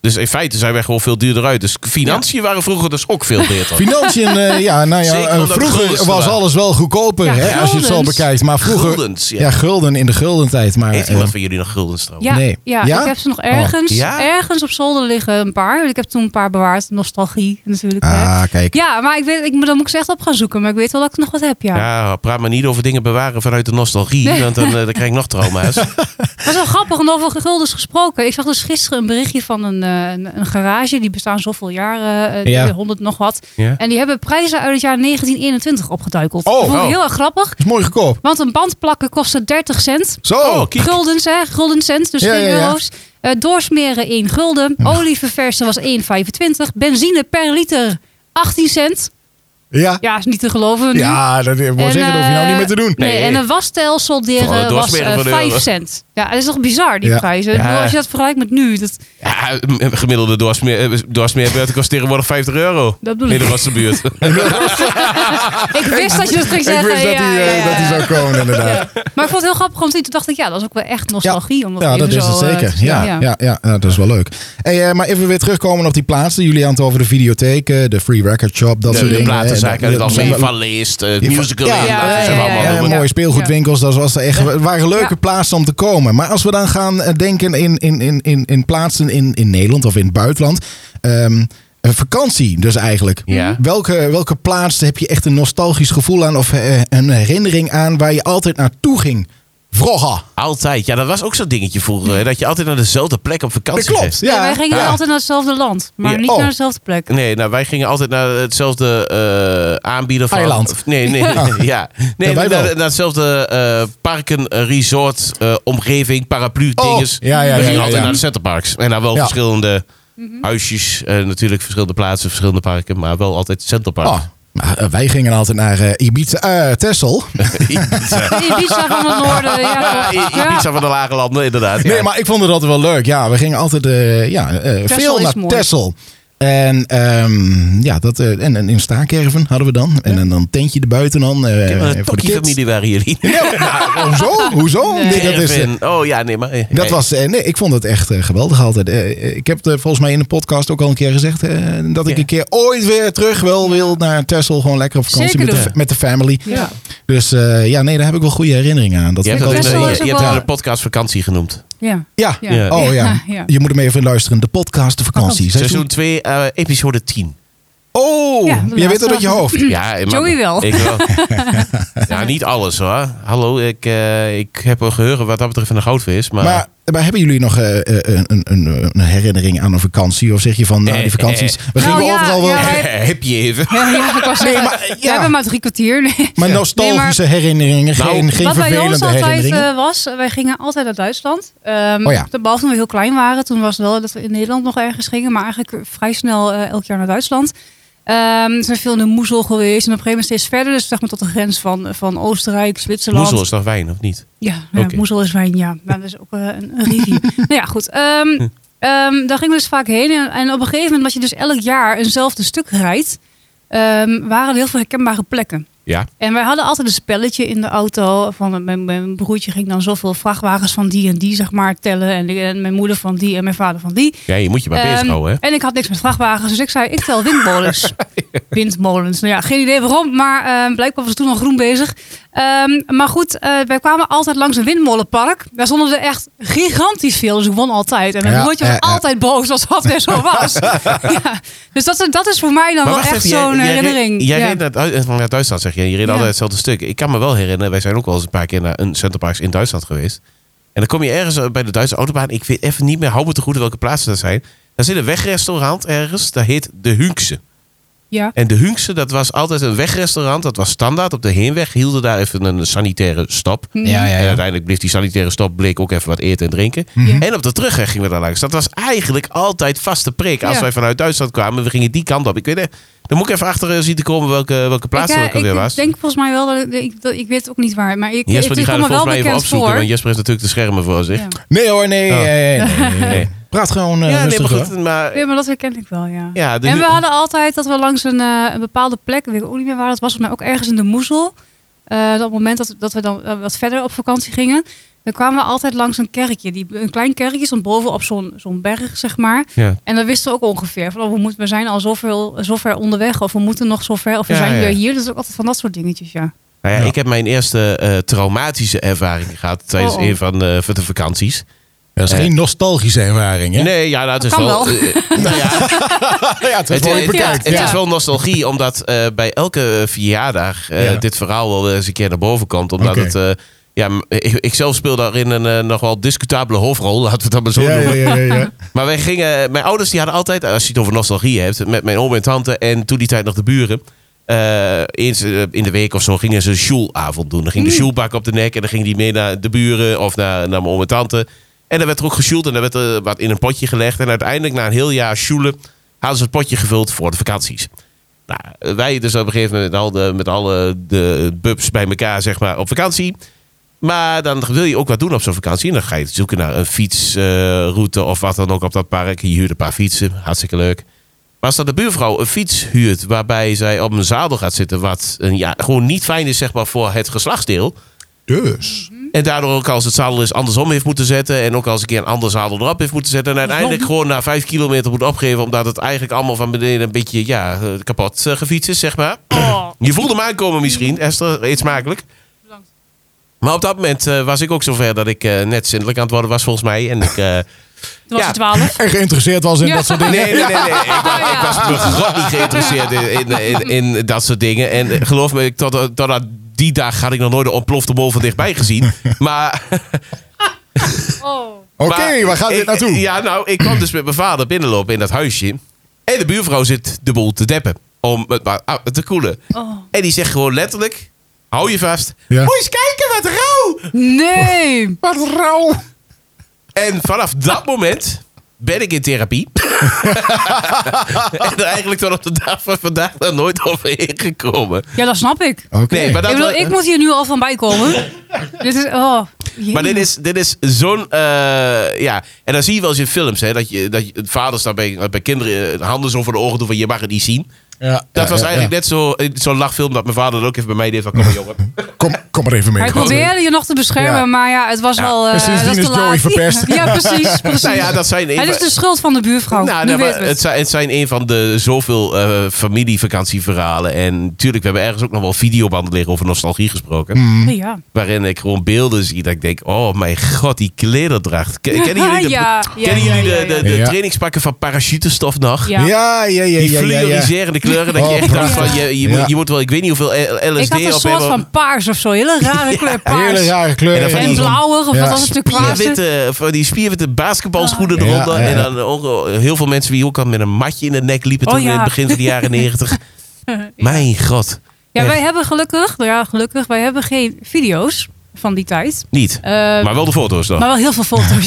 Speaker 4: Dus in feite zijn wij gewoon veel duurder uit. Dus financiën waren vroeger dus ook veel beter.
Speaker 2: Financiën, eh, ja, nou ja,
Speaker 4: Zeker
Speaker 2: eh,
Speaker 4: omdat guldens
Speaker 2: vroeger
Speaker 4: er
Speaker 2: was
Speaker 4: waren.
Speaker 2: alles wel goedkoper,
Speaker 1: Ja,
Speaker 2: hè, als je het zo
Speaker 1: guldens.
Speaker 2: bekijkt. Maar vroeger,
Speaker 4: Guldens, ja.
Speaker 2: ja. gulden in de guldentijd. Maar,
Speaker 4: Heeft
Speaker 2: eh,
Speaker 4: iemand van jullie nog guldens trouwens?
Speaker 1: Ja,
Speaker 2: Nee.
Speaker 1: ja,
Speaker 2: Ja?
Speaker 1: ik heb ze nog
Speaker 2: Oh.
Speaker 1: ergens,
Speaker 4: Ja?
Speaker 1: ergens op zolder liggen, een paar. Ik heb toen een paar bewaard. Nostalgie natuurlijk. hè.
Speaker 2: ah, kijk.
Speaker 1: Ja, maar ik weet, ik, dan moet ik ze echt op gaan zoeken. Maar ik weet wel dat ik nog wat heb, ja.
Speaker 4: Ja, praat maar niet over dingen bewaren vanuit de nostalgie.
Speaker 1: Nee.
Speaker 4: Want dan, eh, dan krijg ik nog trauma's.
Speaker 1: Dat is wel grappig, en over guldens gesproken. Ik zag dus gisteren een berichtje van een, eh, een, een garage. Die bestaan zoveel jaren,
Speaker 2: Ja.
Speaker 1: eh 100 nog wat.
Speaker 4: Ja.
Speaker 1: En die hebben prijzen uit het jaar 1921 opgeduikeld.
Speaker 2: Oh,
Speaker 1: dat vond ik
Speaker 4: oh.
Speaker 1: heel erg grappig.
Speaker 2: is mooi goedkoop.
Speaker 1: Want een band plakken kostte 30 cent.
Speaker 2: Zo,
Speaker 4: Oh, kijk.
Speaker 1: Guldens, hè? Guldencent, dus
Speaker 2: Ja,
Speaker 1: 4
Speaker 2: ja, ja.
Speaker 1: euro's. Eh, doorsmeren 1 gulden. Olie verversen was 1,25. Benzine per liter 18 cent.
Speaker 2: ja.
Speaker 1: Ja, is niet te geloven nu.
Speaker 2: Ja, dat wil
Speaker 1: En,
Speaker 2: zeggen, dat hoef je nou
Speaker 1: eh,
Speaker 2: niet meer te doen.
Speaker 1: Nee,
Speaker 4: Nee.
Speaker 1: en een wasstijl
Speaker 4: Vooral het
Speaker 1: solderen was
Speaker 4: doorsmeren
Speaker 1: eh,
Speaker 4: van de
Speaker 1: 5
Speaker 4: euro.
Speaker 1: cent. Ja, dat is toch bizar, die
Speaker 2: Ja.
Speaker 1: prijzen? Ik bedoel,
Speaker 4: Ja.
Speaker 1: Als je dat vergelijkt met nu, dat,
Speaker 4: Ja, een gemiddelde doorsmeer, eh, doorsmeerbeurt kost tegenwoordig 50 euro.
Speaker 1: Dat bedoel
Speaker 4: Nee,
Speaker 1: ik.
Speaker 4: dat was de buurt.
Speaker 1: ik wist dat je dat ging
Speaker 2: Ik
Speaker 1: zeggen.
Speaker 2: wist dat
Speaker 1: ja,
Speaker 2: die, eh,
Speaker 1: ja, ja.
Speaker 2: dat die zou komen, inderdaad.
Speaker 1: Maar ik vond het heel grappig, want toen dacht ik, ja, dat is ook wel echt nostalgie. om
Speaker 2: Ja, dat
Speaker 1: even
Speaker 2: is het
Speaker 1: zo, eh,
Speaker 2: zeker.
Speaker 1: te
Speaker 2: Ja,
Speaker 1: zeggen,
Speaker 2: ja. Ja, nou, dat is wel leuk. Hey, eh, maar even weer terugkomen op die plaatsen. Jullie aan het over de videotheek, eh, de free record shop, dat
Speaker 4: De,
Speaker 2: soort
Speaker 4: de
Speaker 2: dingen.
Speaker 4: platenzaak,
Speaker 2: eh,
Speaker 4: het algemeen
Speaker 2: dat-
Speaker 4: van leest, eh,
Speaker 2: Ja,
Speaker 4: musical.
Speaker 2: ja,
Speaker 4: inlaat,
Speaker 1: ja,
Speaker 4: dat zijn
Speaker 1: ja,
Speaker 4: allemaal
Speaker 1: ja,
Speaker 2: en
Speaker 4: noemen.
Speaker 1: ja.
Speaker 2: mooie speelgoedwinkels, dat was er echt, het waren leuke
Speaker 1: Ja.
Speaker 2: plaatsen om te komen. Maar als we dan gaan eh, denken in, in, in, in, in plaatsen in, in Nederland of in het buitenland. ehm, een vakantie dus eigenlijk.
Speaker 4: Ja.
Speaker 2: Welke, welke plaats heb je echt een nostalgisch gevoel aan of eh, een herinnering aan waar je altijd naartoe ging? Vroeger.
Speaker 4: Altijd. Ja, dat was ook zo'n dingetje vroeger. hè, Dat je altijd naar dezelfde plek op
Speaker 2: Dat
Speaker 4: vakantie
Speaker 2: klopt.
Speaker 4: ging.
Speaker 1: Ja,
Speaker 2: Ja.
Speaker 1: wij gingen
Speaker 4: Ja.
Speaker 1: altijd naar hetzelfde land, maar
Speaker 4: Ja.
Speaker 1: niet
Speaker 2: Oh.
Speaker 1: naar dezelfde plek.
Speaker 4: Nee, nou, wij gingen altijd naar hetzelfde eh, aanbieder van...
Speaker 2: Eiland.
Speaker 4: Of- Nee, nee, ja. Nee,
Speaker 2: Ja, wij
Speaker 4: naar,
Speaker 2: wel.
Speaker 4: naar hetzelfde eh, parken, eh, resort, eh, omgeving, paraplu,
Speaker 2: Oh,
Speaker 4: dinges.
Speaker 2: ja, ja,
Speaker 4: we
Speaker 2: ja,
Speaker 4: gingen
Speaker 2: ja,
Speaker 4: altijd
Speaker 2: ja.
Speaker 4: naar de centerparks. En naar wel
Speaker 2: Ja.
Speaker 4: verschillende
Speaker 1: Mhm.
Speaker 4: huisjes. eh, natuurlijk verschillende plaatsen, verschillende parken. Maar wel altijd centerparks.
Speaker 2: Oh, maar, eh, wij gingen altijd naar eh, Ibiza, eh Texel.
Speaker 1: Ibiza van het noorden. Ja,
Speaker 4: I-
Speaker 1: klopt.
Speaker 4: I- Ibiza van de lage landen, inderdaad. ja.
Speaker 2: Nee, maar ik vond het altijd wel leuk. Ja, we gingen altijd eh, ja, eh, veel
Speaker 1: is
Speaker 2: naar
Speaker 1: mooi.
Speaker 2: Texel. En, ehm, ja, dat, eh, en, en in Staakerven hadden we dan. En, dan een tentje erbuiten dan. eh,
Speaker 4: Wat een
Speaker 2: voor de
Speaker 4: tokkie
Speaker 2: kids.
Speaker 4: familie waren jullie. Nou,
Speaker 2: Ja, hoezo? Hoezo?
Speaker 1: Nee.
Speaker 2: Nee, dat is, eh,
Speaker 4: Erwin. oh ja, nee, maar... eh,
Speaker 2: dat
Speaker 4: eh,
Speaker 2: was, eh, nee, ik vond het echt eh, geweldig altijd. Eh, eh, ik heb het eh, volgens mij in de podcast ook al een keer gezegd... eh, dat ik
Speaker 4: Ja.
Speaker 2: een keer ooit weer terug wil, wil naar Texel. Gewoon lekker op vakantie
Speaker 1: Zeker
Speaker 2: met de,
Speaker 1: doen.
Speaker 2: met de family.
Speaker 1: Ja.
Speaker 2: Dus eh, ja, nee, daar heb ik wel goede herinneringen aan. Dat
Speaker 4: Je
Speaker 2: vond
Speaker 4: hebt
Speaker 2: ik
Speaker 4: dat
Speaker 2: altijd
Speaker 4: in de,
Speaker 1: Texel
Speaker 2: wel-
Speaker 1: is
Speaker 4: je
Speaker 1: ook
Speaker 4: hebt
Speaker 1: wel-
Speaker 4: dat in de podcast vakantie genoemd.
Speaker 1: Ja.
Speaker 2: Ja.
Speaker 1: Ja. Ja.
Speaker 2: Oh ja.
Speaker 1: Ja.
Speaker 2: Je moet hem even luisteren. De podcast, de vakantie.
Speaker 4: Seizoen 2, episode 10.
Speaker 2: Oh,
Speaker 1: Ja, de
Speaker 2: jij weet
Speaker 1: laatste.
Speaker 2: dat uit je hoofd.
Speaker 4: Ja, maar-
Speaker 1: Joey wel.
Speaker 4: Ik wel. ja, niet alles hoor. Hallo, ik, eh, ik heb een geheugen wat dat betreft van de goudvis. Maar,
Speaker 2: Maar, maar hebben jullie nog eh, eh, een, een, een, een herinnering aan een vakantie? Of zeg je van, nou,
Speaker 4: Eh,
Speaker 2: die vakanties...
Speaker 4: eh,
Speaker 2: we
Speaker 1: Nou,
Speaker 2: gingen
Speaker 1: ja,
Speaker 2: overal wel...
Speaker 1: ja, wij-
Speaker 4: heb je even.
Speaker 1: Ja, ja, ik was zeggen,
Speaker 2: maar,
Speaker 1: We
Speaker 2: ja.
Speaker 1: hebben maar drie kwartier. Nee.
Speaker 2: Maar nostalgische herinneringen,
Speaker 4: Nou,
Speaker 2: geen, geen
Speaker 1: Wat bij ons
Speaker 2: vervelende
Speaker 1: altijd
Speaker 2: herinneringen.
Speaker 1: eh, was, wij gingen altijd naar Duitsland. Ehm
Speaker 2: Oh ja.
Speaker 1: Behalve toen we heel klein waren. Toen was het wel dat we in Nederland nog ergens gingen. Maar eigenlijk vrij snel eh, elk jaar naar Duitsland. Ehm we zijn veel in de Moezel geweest. En op een gegeven moment steeds verder. Dus zeg maar tot de grens van, van Oostenrijk, Zwitserland.
Speaker 4: Moezel is nog wijn, of niet?
Speaker 1: Ja, ja
Speaker 4: Oké.
Speaker 1: Moezel is wijn, ja. Maar dat is ook eh, een, een rivier. nou ja, goed. Ehm, ehm, daar gingen we dus vaak heen. En, en op een gegeven moment, dat je dus elk jaar eenzelfde stuk rijdt... ehm, waren er heel veel herkenbare plekken.
Speaker 4: Ja.
Speaker 1: En wij hadden altijd een spelletje in de auto. Van, mijn, mijn broertje ging dan zoveel vrachtwagens van die en die zeg maar, tellen. En, en mijn moeder van die en mijn vader van die.
Speaker 4: ja, je moet je maar
Speaker 1: Ehm,
Speaker 4: bezighouden. Hè?
Speaker 1: en ik had niks met vrachtwagens, dus ik zei, ik tel windmolens. Windmolens, nou ja, geen idee waarom, maar ehm, blijkbaar was het toen al groen bezig. Ehm, maar goed, eh, wij kwamen altijd langs een windmolenpark. Daar stonden er echt gigantisch veel, dus ik won altijd. En mijn
Speaker 2: Ja,
Speaker 1: broertje was
Speaker 2: eh, eh.
Speaker 1: altijd boos als dat weer zo was. ja, dus dat, is- dat is voor mij dan wel
Speaker 4: wacht
Speaker 1: echt
Speaker 4: even, jij-
Speaker 1: zo'n
Speaker 4: jij reed-
Speaker 1: herinnering.
Speaker 4: Jij
Speaker 1: Ja.
Speaker 4: reed naar, Duits- naar eh, Duitsland, zeg je. Je reed
Speaker 1: Ja.
Speaker 4: altijd hetzelfde stuk. Ik kan me wel herinneren, wij zijn ook wel eens een paar keer naar een centerparks in Duitsland geweest. En dan kom je ergens eh, bij de Duitse autobaan. Ik weet even niet meer, hou me te goed welke plaatsen dat zijn. Daar zit een wegrestaurant ergens, dat heet De Hunkse.
Speaker 1: ja.
Speaker 4: En de Hunkse, dat was altijd een wegrestaurant. Dat was standaard. Op de heenweg hielden daar even een sanitaire stop.
Speaker 1: Hm. eh,
Speaker 2: Ja, ja,
Speaker 4: En
Speaker 2: ja.
Speaker 4: uiteindelijk bleef die sanitaire stop bleek ook even wat eten en drinken.
Speaker 1: Ja.
Speaker 4: En op de terugweg gingen we daar langs. Dat was eigenlijk altijd vaste prik. Als
Speaker 1: Ja.
Speaker 4: wij vanuit Duitsland kwamen, we gingen die kant op. Ik weet niet, dan moet ik even achter eh, zien te komen welke, welke plaats
Speaker 1: ik, eh,
Speaker 4: dat ook alweer
Speaker 1: ik
Speaker 4: was.
Speaker 1: denk volgens mij wel, dat, ik, dat, ik weet het ook niet waar, maar ik,
Speaker 4: Jesper
Speaker 1: het
Speaker 4: die
Speaker 1: is
Speaker 4: gaat
Speaker 1: me
Speaker 4: het
Speaker 1: wel
Speaker 4: volgens mij even
Speaker 1: bekend
Speaker 4: opzoeken,
Speaker 1: voor.
Speaker 4: want Jesper heeft natuurlijk de schermen voor zich.
Speaker 1: Ja.
Speaker 2: Nee hoor, nee.
Speaker 4: Oh.
Speaker 2: eh, nee, nee, nee, nee. Praat gewoon eh
Speaker 4: Ja, nee,
Speaker 2: rustig
Speaker 4: maar
Speaker 2: hoor.
Speaker 4: goed. Maar,
Speaker 1: Ja, maar dat herken ik wel, ja.
Speaker 4: ja, de
Speaker 1: en we
Speaker 4: hu-
Speaker 1: hadden altijd dat we langs een, eh, een bepaalde plek, ik weet ook niet meer waar dat was, maar ook ergens in de moezel. Eh, dat moment dat, dat we dan eh, wat verder op vakantie gingen, dan kwamen we altijd langs een kerkje. Die, een klein kerkje stond boven op zo'n zo'n berg, zeg maar.
Speaker 4: ja.
Speaker 1: En dan wisten we ook ongeveer van, oh, we, moeten, we zijn al zoveel, zover onderweg, of we moeten nog zover, of we
Speaker 4: Ja,
Speaker 1: zijn
Speaker 4: ja.
Speaker 1: weer hier. Dus ook altijd van dat soort dingetjes, ja.
Speaker 4: Nou ja,
Speaker 2: Ja.
Speaker 4: ik heb mijn eerste eh, traumatische ervaring gehad tijdens
Speaker 1: Oh, oh.
Speaker 4: een van eh, van de vakanties.
Speaker 2: Dat is
Speaker 4: Eh.
Speaker 2: geen nostalgische ervaring, hè?
Speaker 4: Nee, ja, nou, het is
Speaker 1: Kan
Speaker 4: wel.
Speaker 1: wel.
Speaker 4: eh, nou ja,
Speaker 2: ja, het is
Speaker 4: het,
Speaker 2: wel
Speaker 4: het-
Speaker 2: bekend.
Speaker 4: het
Speaker 1: ja.
Speaker 4: is wel nostalgie, omdat eh, bij elke eh, verjaardag eh,
Speaker 2: Ja.
Speaker 4: dit verhaal wel eens een keer naar boven komt. Omdat
Speaker 2: Oké.
Speaker 4: het. eh, ja, m- ik, ik zelf speel daarin een eh, nog wel discutabele hoofdrol, laten we het dan maar zo
Speaker 2: Ja,
Speaker 4: noemen.
Speaker 2: ja, ja, ja, ja.
Speaker 4: Maar wij gingen, mijn ouders die hadden altijd, als je het over nostalgie hebt, met mijn oom en tante en toen die tijd nog de buren. eh, eens eh, in de week of zo gingen ze een sjoelavond doen. Dan ging de sjoelbak op de nek en dan ging die mee naar de buren of naar, naar mijn oom en tante. En dan werd er ook gesjoeld en dan werd er wat in een potje gelegd. En uiteindelijk na een heel jaar sjoelen hadden ze het potje gevuld voor de vakanties. Nou, wij dus op een gegeven moment met al de, met alle de bubs bij elkaar zeg maar, op vakantie. Maar dan wil je ook wat doen op zo'n vakantie. En dan ga je zoeken naar een fietsroute eh, of wat dan ook op dat park. Je huurt een paar fietsen. Hartstikke leuk. Maar als dan de buurvrouw een fiets huurt waarbij zij op een zadel gaat zitten... wat eh, ja, gewoon niet fijn is zeg maar, voor het geslachtsdeel...
Speaker 2: Dus.
Speaker 4: En daardoor ook als het zadel is andersom heeft moeten zetten. En ook als een keer een ander zadel erop heeft moeten zetten. En uiteindelijk gewoon na vijf kilometer moet opgeven. Omdat het eigenlijk allemaal van beneden een beetje ja, eh, kapot eh, gefietst is, zeg maar. Je voelde hem aankomen misschien, Esther. Eet smakelijk. Maar op dat moment eh, was ik ook zover dat ik eh, net zindelijk aan het worden was, volgens mij. En ik... eh,
Speaker 1: Toen was
Speaker 4: Ja.
Speaker 1: het 12.
Speaker 2: En geïnteresseerd was in dat soort dingen.
Speaker 4: Nee, nee, nee. nee. Ik, wa-
Speaker 1: Ja.
Speaker 4: ik was me god niet geïnteresseerd in, in, in, in dat soort dingen. En eh, geloof me, ik, tot, tot aan die dag had ik nog nooit een ontplofte bol van dichtbij gezien. Maar
Speaker 1: Oh.
Speaker 2: Oké,
Speaker 4: Maar
Speaker 2: waar gaat
Speaker 4: ik-
Speaker 2: dit naartoe?
Speaker 4: Ja, nou, ik kwam dus met mijn vader binnenlopen in dat huisje. En de buurvrouw zit de boel te deppen. Om het maar ah, te koelen.
Speaker 1: Oh.
Speaker 4: En die zegt gewoon letterlijk... Hou je vast.
Speaker 2: Ja.
Speaker 4: Moet je eens kijken, wat rauw!
Speaker 1: Nee!
Speaker 2: Wat rauw.
Speaker 4: En vanaf dat moment ben ik in therapie. en er eigenlijk tot op de dag van vandaag nog nooit overheen gekomen.
Speaker 1: Ja, dat snap ik.
Speaker 2: Oké.
Speaker 4: Nee, maar dat
Speaker 1: ik, bedoel,
Speaker 4: wel-
Speaker 1: ik moet hier nu al van bij komen. dit is, oh. jee.
Speaker 4: Maar dit is, dit is zo'n. eh, ja, en dan zie je wel eens in films hè, dat, je, dat je, vaders daar bij, bij kinderen eh, handen zo voor de ogen doen van je mag het niet zien.
Speaker 2: Ja,
Speaker 4: Dat
Speaker 2: ja,
Speaker 4: was
Speaker 2: ja,
Speaker 4: eigenlijk
Speaker 2: ja.
Speaker 4: net zo- eh, zo'n lachfilm dat mijn vader dat ook even bij mij deed. Van, kom maar jongen.
Speaker 2: Kom, kom maar even mee.
Speaker 1: Hij probeerde je nog te beschermen,
Speaker 2: Ja.
Speaker 1: maar ja, het was wel... eh,
Speaker 2: sindsdien
Speaker 1: dat
Speaker 2: is
Speaker 1: te
Speaker 2: Joey
Speaker 1: laat.
Speaker 2: verpest.
Speaker 1: Ja, precies. precies.
Speaker 4: nou ja, dat zijn
Speaker 1: Hij
Speaker 4: een
Speaker 1: is de
Speaker 4: van,
Speaker 1: schuld van de buurvrouw. nu
Speaker 4: nou, nou, maar
Speaker 1: weten we
Speaker 4: het,
Speaker 1: het.
Speaker 4: zijn, het zijn een van de zoveel eh, familievakantieverhalen. En tuurlijk, we hebben ergens ook nog wel videobanden liggen over nostalgie gesproken.
Speaker 2: Hmm.
Speaker 1: Ja.
Speaker 4: Waarin ik gewoon beelden zie dat ik denk, oh mijn god, die klederdracht. Ken- Kennen jullie de,
Speaker 1: Ja, ja,
Speaker 4: kennen
Speaker 1: ja,
Speaker 4: jullie
Speaker 1: ja,
Speaker 4: de,
Speaker 1: ja.
Speaker 4: de, de
Speaker 2: Ja.
Speaker 4: trainingspakken van parachutestof nog?
Speaker 1: Ja.
Speaker 2: Ja, ja, ja,
Speaker 4: Die
Speaker 2: ja, ja, ja.
Speaker 4: fluoriserende kleuren, dat je
Speaker 2: Oh,
Speaker 4: echt dacht van,
Speaker 2: prachtig.
Speaker 4: je, je,
Speaker 2: Ja.
Speaker 4: moet, je moet wel, ik weet niet hoeveel L- LSD
Speaker 1: Ik had een
Speaker 4: op
Speaker 1: soort
Speaker 4: hebben.
Speaker 1: van paars of zo. Hele rare kleur paars.
Speaker 2: Hele rare
Speaker 4: En
Speaker 2: kleuren.
Speaker 4: dan van
Speaker 1: en
Speaker 4: die-
Speaker 1: blauwig, of
Speaker 2: Ja.
Speaker 1: wat was het? Turquoise.
Speaker 4: spierwitte, van die spierwitte basketbalschoenen
Speaker 2: Ja,
Speaker 4: eronder.
Speaker 2: Oh. ja, ja.
Speaker 4: En dan ook heel veel mensen die ook al met een matje in de nek liepen
Speaker 1: Oh,
Speaker 4: toen
Speaker 1: ja.
Speaker 4: in het begin van de jaren negentig. Mijn god,
Speaker 1: Ja,
Speaker 4: Echt.
Speaker 1: wij hebben gelukkig, nou ja, gelukkig, wij hebben geen video's van die tijd.
Speaker 4: niet.
Speaker 1: Eh,
Speaker 4: Maar wel de foto's dan.
Speaker 1: maar wel heel veel foto's.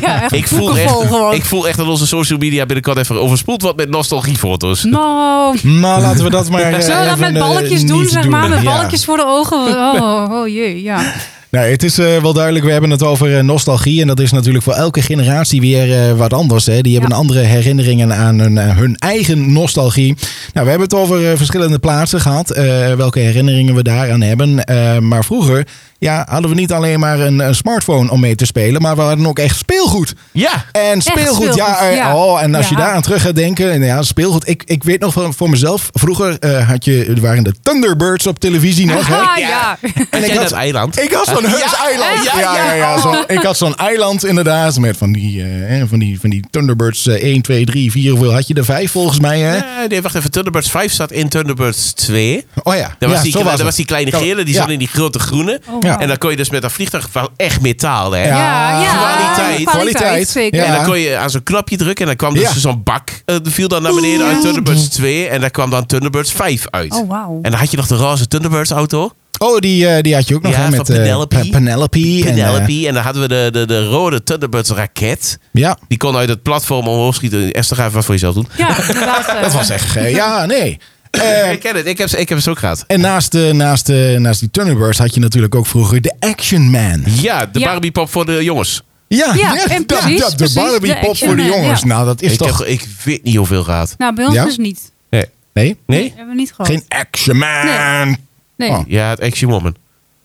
Speaker 1: ja, echt
Speaker 4: ik, voel
Speaker 1: boekenvol
Speaker 4: echt,
Speaker 1: gewoon.
Speaker 4: ik voel echt dat onze social media binnenkort even overspoeld wordt met nostalgiefoto's.
Speaker 1: Nou,
Speaker 2: Nou, laten we dat maar. eh,
Speaker 1: Zullen we dat
Speaker 2: even,
Speaker 1: met
Speaker 2: eh,
Speaker 1: balkjes
Speaker 2: niet
Speaker 1: doen, zeg maar? Met
Speaker 2: Ja.
Speaker 1: balkjes voor de ogen. Oh, oh jee, ja.
Speaker 2: Nee, het is eh, wel duidelijk. We hebben het over eh, nostalgie. En dat is natuurlijk voor elke generatie weer eh, wat anders. Hè. Die hebben
Speaker 1: Ja.
Speaker 2: andere herinneringen aan hun, eh, hun eigen nostalgie. Nou, we hebben het over eh, verschillende plaatsen gehad. eh, welke herinneringen we daaraan hebben. Eh, maar vroeger ja, hadden we niet alleen maar een, een smartphone om mee te spelen. Maar we hadden ook echt speelgoed.
Speaker 4: Ja.
Speaker 2: En speelgoed,
Speaker 1: speelgoed,
Speaker 2: ja, eh,
Speaker 1: ja.
Speaker 2: Oh, en als je
Speaker 1: Ja.
Speaker 2: daar aan terug gaat denken. en Ja, speelgoed. Ik, ik weet nog van, voor mezelf. Vroeger eh, had je, er waren de Thunderbirds op televisie nog. Hè?
Speaker 1: Ah,
Speaker 4: Ja.
Speaker 1: ja.
Speaker 4: En
Speaker 2: ik
Speaker 4: ik
Speaker 2: had-
Speaker 4: dat eiland.
Speaker 2: Ik had zo'n heus eiland. Ja,
Speaker 4: Ja,
Speaker 2: ja, ja. Zo, ik had zo'n eiland inderdaad. Met van die, eh, hè, van die, van die Thunderbirds eh, 1, 2, 3, 4. Hoeveel had je er? Vijf volgens mij. Hè?
Speaker 4: Eh, Nee, nee, wacht even. Thunderbirds 5 staat in Thunderbirds 2.
Speaker 2: Oh ja.
Speaker 4: Dat,
Speaker 2: ja,
Speaker 4: was, die,
Speaker 2: zo
Speaker 4: dat
Speaker 2: het.
Speaker 4: was die kleine gele, die
Speaker 2: Ja.
Speaker 4: zat in die grote groene.
Speaker 1: Oh,
Speaker 2: Ja.
Speaker 4: En dan kon je dus met dat vliegtuig wel echt metaal. Hè?
Speaker 2: Ja.
Speaker 1: Ja, ja.
Speaker 4: Kwaliteit.
Speaker 2: Kwaliteit,
Speaker 1: Zeker.
Speaker 2: ja.
Speaker 4: En dan kon je aan zo'n knopje drukken en dan kwam dus
Speaker 2: Ja.
Speaker 4: zo'n bak. eh, die viel dan naar beneden uit Thunderbirds 2 en daar kwam dan Thunderbirds 5 uit.
Speaker 1: Oh, wauw.
Speaker 4: En dan had je nog de roze Thunderbirds auto.
Speaker 2: Oh, die, eh, die had je ook nog.
Speaker 4: Ja,
Speaker 2: hè,
Speaker 4: van
Speaker 2: met eh,
Speaker 4: Penelope.
Speaker 2: Pe- Penelope. en, eh,
Speaker 4: Penelope. En, dan hadden we de, de, de rode Thunderbirds raket.
Speaker 2: ja.
Speaker 4: Die kon uit het platform omhoog schieten. Esther, ga even wat voor jezelf doen.
Speaker 1: Ja, inderdaad. eh.
Speaker 2: Dat was echt. eh, ja, nee. Eh,
Speaker 4: ik ken het. Ik heb, ze- ik heb ze ook gehad.
Speaker 2: en naast, eh, naast, eh, naast die Thunderbirds had je natuurlijk ook vroeger de Action Man.
Speaker 4: Ja, de
Speaker 1: Ja.
Speaker 4: Barbie pop voor de jongens.
Speaker 2: Ja,
Speaker 1: Ja,
Speaker 2: dat-
Speaker 1: en
Speaker 2: dat-
Speaker 1: precies,
Speaker 2: dat- de
Speaker 1: precies,
Speaker 2: Barbie
Speaker 1: de
Speaker 2: pop
Speaker 1: Action
Speaker 2: voor de
Speaker 1: Man,
Speaker 2: jongens.
Speaker 1: ja.
Speaker 2: Nou, dat is
Speaker 4: ik,
Speaker 2: toch...
Speaker 4: heb, ik weet niet hoeveel gehad.
Speaker 1: Nou, bij ons
Speaker 2: Ja?
Speaker 1: dus niet.
Speaker 4: Nee.
Speaker 2: Nee?
Speaker 1: Nee,
Speaker 4: Nee?
Speaker 1: hebben we niet gehad.
Speaker 2: Geen Action Man.
Speaker 1: nee,
Speaker 2: Oh.
Speaker 4: Ja, het Action Woman.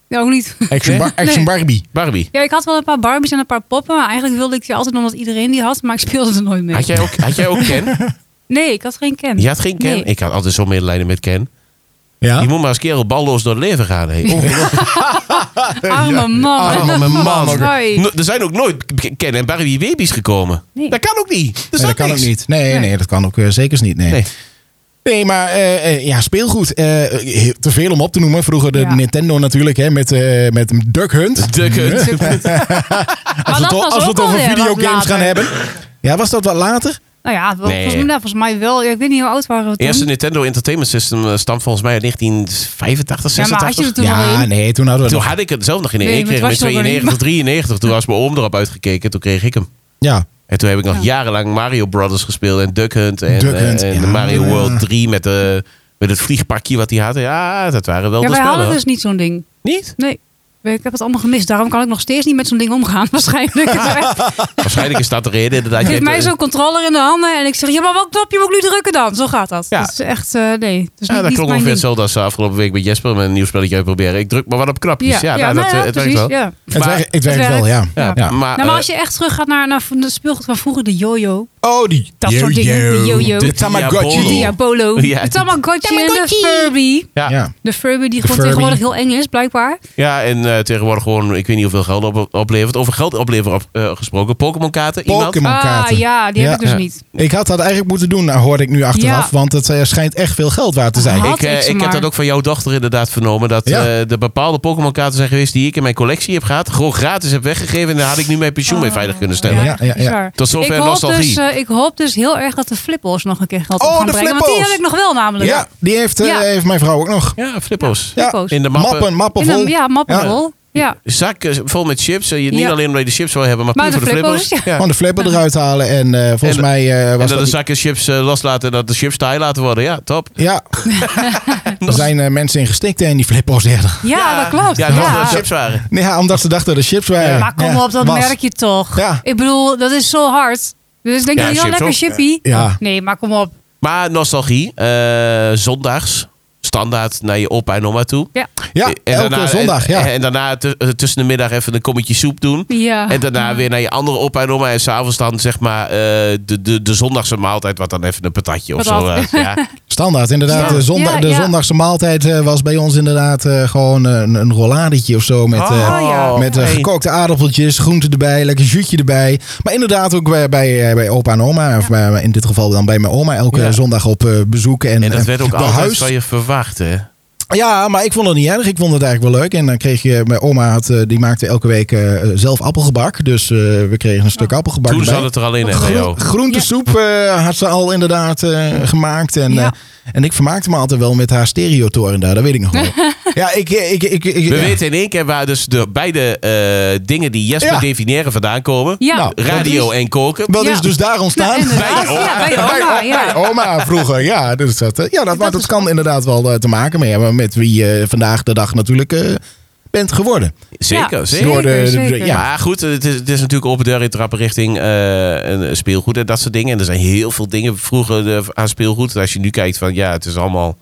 Speaker 1: ja, ook niet.
Speaker 2: Action, Bar- action
Speaker 1: Nee.
Speaker 2: Barbie.
Speaker 4: Barbie.
Speaker 1: Ja, ik had wel een paar Barbies en een paar poppen, maar eigenlijk wilde ik die altijd omdat iedereen die had, maar ik speelde ze nooit mee.
Speaker 4: Had jij ook, had jij ook Ken?
Speaker 1: Nee, ik had geen Ken.
Speaker 4: Je had geen Ken?
Speaker 1: Nee.
Speaker 4: Ik had altijd zo'n medelijden met Ken.
Speaker 2: Ja?
Speaker 4: Je moet maar eens kerel balloos door het leven gaan. hè.
Speaker 1: Arme man.
Speaker 4: Arme man.
Speaker 1: Hoi.
Speaker 4: No- er zijn ook nooit Ken en Barbie baby's gekomen.
Speaker 1: Nee.
Speaker 4: Dat kan ook niet. Er
Speaker 2: Nee,
Speaker 4: zat
Speaker 2: dat kan ook
Speaker 4: niks.
Speaker 2: niet. Nee, nee,
Speaker 1: Nee.
Speaker 2: dat kan ook eh, zeker niet. Nee.
Speaker 4: Nee.
Speaker 2: nee. maar eh, eh, ja, speelgoed. Eh, heel- te veel om op te noemen. Vroeger de
Speaker 1: Ja.
Speaker 2: Nintendo natuurlijk, hè, met, eh met Duck Hunt.
Speaker 4: Duck Hunt.
Speaker 1: Maar
Speaker 2: Als we het,
Speaker 1: dat
Speaker 2: al-
Speaker 1: was
Speaker 2: als we
Speaker 1: Ah, ook
Speaker 2: het over
Speaker 1: alweer wat
Speaker 2: videogames gaan
Speaker 1: later.
Speaker 2: hebben. Ja, was dat wat later?
Speaker 1: Nou ja, wel-
Speaker 4: Nee.
Speaker 1: volgens, mij, volgens mij wel. Ja, ik weet niet hoe oud waren we
Speaker 4: De
Speaker 1: toen.
Speaker 4: eerste Nintendo Entertainment System eh, stamt volgens mij uit 1985,
Speaker 1: ja, maar had je
Speaker 4: 86.
Speaker 1: er toen al
Speaker 2: ja,
Speaker 1: een?
Speaker 2: nee, toen hadden we
Speaker 4: toen
Speaker 2: nog-
Speaker 4: had ik het zelf nog in.
Speaker 1: Nee,
Speaker 4: ik
Speaker 1: maar
Speaker 4: kreeg
Speaker 1: het
Speaker 4: met
Speaker 1: was nog
Speaker 4: 92,
Speaker 1: niet.
Speaker 4: 93. Toen was mijn oom erop uitgekeken. Toen kreeg ik hem.
Speaker 2: Ja,
Speaker 4: En toen heb ik nog
Speaker 1: Ja.
Speaker 4: jarenlang Mario Brothers gespeeld. En Duck Hunt. En, eh,
Speaker 2: Duck Hunt,
Speaker 4: en
Speaker 2: ja.
Speaker 4: Mario World 3 met, de, met het vliegpakje wat hij had. Ja, dat waren wel
Speaker 1: Ja,
Speaker 4: de
Speaker 1: wij
Speaker 4: spellen.
Speaker 1: hadden
Speaker 4: hoor.
Speaker 1: dus niet zo'n ding.
Speaker 4: Niet?
Speaker 1: Nee. Ik heb het allemaal gemist. Daarom kan ik nog steeds niet met zo'n ding omgaan, waarschijnlijk.
Speaker 4: Waarschijnlijk is dat de reden. Inderdaad,
Speaker 1: Geef
Speaker 4: Jij-
Speaker 1: mij zo'n controller in de handen en ik zeg... Ja, maar welk knopje moet ik nu drukken dan? Zo gaat dat.
Speaker 4: Ja.
Speaker 1: Dat is echt... eh, nee. Dat is
Speaker 4: Ja,
Speaker 1: niet, niet
Speaker 4: dat klonk
Speaker 1: mijn
Speaker 4: ongeveer
Speaker 1: ding.
Speaker 4: hetzelfde als eh, afgelopen week met Jesper met een nieuw spelletje uitproberen. Ik druk maar wat op knapjes. Ja, nou,
Speaker 1: nou
Speaker 4: dat,
Speaker 1: ja,
Speaker 4: eh, het werkt
Speaker 1: precies,
Speaker 4: wel.
Speaker 1: Ja.
Speaker 2: het,
Speaker 4: Maar-
Speaker 2: werkt, het werkt
Speaker 1: het
Speaker 2: wel, ja.
Speaker 1: werkt.
Speaker 2: ja.
Speaker 1: Ja.
Speaker 4: Maar,
Speaker 1: nou, maar
Speaker 4: eh,
Speaker 1: als je echt terug gaat naar, naar het speelgoed van vroeger, de yo-yo.
Speaker 2: Oh, die
Speaker 1: Dat soort dingen, de yo-yo.
Speaker 2: De
Speaker 1: De
Speaker 2: Tamagotchi.
Speaker 1: De
Speaker 4: Diabolo.
Speaker 1: Diabolo.
Speaker 4: Oh. Ja.
Speaker 1: De Tamagotchi, en de Furby.
Speaker 4: ja.
Speaker 2: Ja.
Speaker 1: De Furby die gewoon
Speaker 2: Furby.
Speaker 1: tegenwoordig heel eng is, blijkbaar.
Speaker 4: Ja, en eh, tegenwoordig gewoon, ik weet niet hoeveel geld op, oplevert. Over geld opleveren op, eh, gesproken. Pokémon-kaarten, iemand.
Speaker 2: Pokémon
Speaker 1: Ah
Speaker 2: kaarten.
Speaker 1: ja, die
Speaker 2: Ja.
Speaker 1: heb ik dus
Speaker 4: Ja.
Speaker 1: niet.
Speaker 2: Ik had dat eigenlijk moeten doen, nou, hoorde ik nu achteraf.
Speaker 1: Ja.
Speaker 2: Want het eh, schijnt echt veel geld waard te zijn.
Speaker 1: Had
Speaker 4: Ik, eh,
Speaker 1: ik ze
Speaker 4: ik heb
Speaker 1: maar.
Speaker 4: dat ook van jouw dochter inderdaad vernomen. Dat
Speaker 2: Ja.
Speaker 4: eh, er bepaalde Pokémon-kaarten zijn geweest die ik in mijn collectie heb gehad. Gewoon gratis heb weggegeven. En daar had ik nu mijn pensioen
Speaker 1: Ah.
Speaker 4: mee veilig kunnen stellen.
Speaker 2: Ja, ja, ja.
Speaker 1: bizar.
Speaker 4: Tot zover
Speaker 1: ik hoop
Speaker 4: nostalgie.
Speaker 1: Dus, eh, ik hoop dus heel erg dat de flippos nog een keer geld
Speaker 2: Oh,
Speaker 1: op gaan
Speaker 2: de
Speaker 1: brengen. Want die
Speaker 2: Flippos!
Speaker 1: heb ik nog wel namelijk.
Speaker 2: Ja, die heeft, eh,
Speaker 1: Ah, Ja.
Speaker 2: heeft mijn vrouw ook nog.
Speaker 4: Ja, flippos.
Speaker 2: Ja.
Speaker 1: Flippos.
Speaker 4: In de mappen.
Speaker 2: Mappen, mappen
Speaker 1: In een-
Speaker 2: vol.
Speaker 1: ja, mappenrol. Ja.
Speaker 4: Zak eh, vol met chips. Eh, je, niet
Speaker 1: Ja.
Speaker 4: alleen omdat je de chips wil hebben, maar,
Speaker 1: Maar
Speaker 4: puur
Speaker 1: de
Speaker 4: voor de
Speaker 1: flippos,
Speaker 4: flippos.
Speaker 1: ja.
Speaker 2: Gewoon de flipper eruit halen. En eh, volgens
Speaker 4: En-
Speaker 2: mij eh,
Speaker 4: En
Speaker 2: was
Speaker 4: dat de
Speaker 2: dat...
Speaker 4: zakken chips eh, loslaten en dat de chips taai laten worden. Ja, top.
Speaker 2: Ja, er zijn eh, mensen in gestikt hè, in die flippers eerder.
Speaker 1: Ja, dat klopt.
Speaker 4: Ja,
Speaker 1: Ja,
Speaker 4: dat was dat chips waren.
Speaker 2: Nee, ja, omdat ze dachten dat de chips waren.
Speaker 1: Maar kom
Speaker 2: Ja,
Speaker 1: op, dat
Speaker 2: was.
Speaker 1: merk je toch.
Speaker 2: Ja.
Speaker 1: Ik bedoel, dat is zo hard. Dus denk
Speaker 4: Ja,
Speaker 1: je, ja,
Speaker 4: chips
Speaker 1: lekker
Speaker 4: ook.
Speaker 1: chippy.
Speaker 2: Ja.
Speaker 1: Nee, maar kom op.
Speaker 4: Maar nostalgie. eh, zondags. Standaard naar je opa en oma toe.
Speaker 1: Ja.
Speaker 2: Ja,
Speaker 4: En
Speaker 2: elke
Speaker 4: daarna-
Speaker 2: zondag.
Speaker 4: En,
Speaker 2: Ja.
Speaker 4: en daarna tu- eh, tussen de middag even een kommetje soep doen.
Speaker 1: Ja.
Speaker 4: En daarna weer naar je andere opa en oma. En s'avonds dan zeg maar eh, de, de, de zondagse maaltijd. Wat dan even een patatje of zo.
Speaker 1: Patat.
Speaker 4: eh, ja.
Speaker 2: Standaard, inderdaad.
Speaker 4: Ja.
Speaker 2: De, zondag,
Speaker 1: Ja,
Speaker 2: de
Speaker 1: ja.
Speaker 2: zondagse maaltijd eh, was bij ons inderdaad eh, gewoon een, een rolladetje of zo. Met, eh,
Speaker 1: Oh, ja.
Speaker 2: Met eh,
Speaker 4: hey.
Speaker 2: gekookte aardappeltjes, groenten erbij, lekker zuutje erbij. Maar inderdaad ook bij, bij, eh, bij opa en oma. Of bij, in dit geval dan bij mijn oma. Elke
Speaker 4: Ja.
Speaker 2: zondag op eh, bezoek. En,
Speaker 4: En dat
Speaker 2: eh,
Speaker 4: werd ook
Speaker 2: bij
Speaker 4: altijd
Speaker 2: huis.
Speaker 4: van je verwacht. Hè?
Speaker 2: Ja, maar ik vond het niet erg. Ik vond het eigenlijk wel leuk. En dan kreeg je... Mijn oma had, eh, die maakte elke week eh, zelf appelgebak. Dus eh, we kregen een stuk appelgebak
Speaker 4: Toen
Speaker 2: erbij.
Speaker 4: zat het er alleen in bij
Speaker 2: Groen,
Speaker 4: jou.
Speaker 2: groentesoep eh, had ze al inderdaad eh, gemaakt. En,
Speaker 1: Ja.
Speaker 2: eh, en ik vermaakte me altijd wel met haar stereotoren daar. Dat weet ik nog wel. ja, ik... eh, ik, ik, ik, ik-
Speaker 4: We
Speaker 2: ja.
Speaker 4: weten in één keer waar dus de beide eh, dingen die Jesper
Speaker 2: Ja.
Speaker 4: definiëren vandaan komen.
Speaker 1: Ja.
Speaker 2: Nou,
Speaker 4: Radio
Speaker 2: dat
Speaker 4: en koken.
Speaker 2: Dat
Speaker 1: Ja.
Speaker 2: is dus daar
Speaker 1: Nou,
Speaker 2: ontstaan.
Speaker 1: inderdaad. Ja, bij je
Speaker 2: Bij-
Speaker 1: oma. Ja.
Speaker 2: bij oma vroeger, ja. Dus dat, eh, ja dat, maar dat kan inderdaad wel eh, te maken mee hebben met wie eh, vandaag de dag natuurlijk eh, bent geworden.
Speaker 4: Zeker,
Speaker 1: Ja,
Speaker 4: zeker.
Speaker 2: Door de-
Speaker 1: zeker.
Speaker 2: de- ja.
Speaker 4: Maar goed, het is, het is natuurlijk open deur intrappen richting eh, een speelgoed en dat soort dingen. En er zijn heel veel dingen vroeger eh, aan speelgoed. En als je nu kijkt van ja, het is allemaal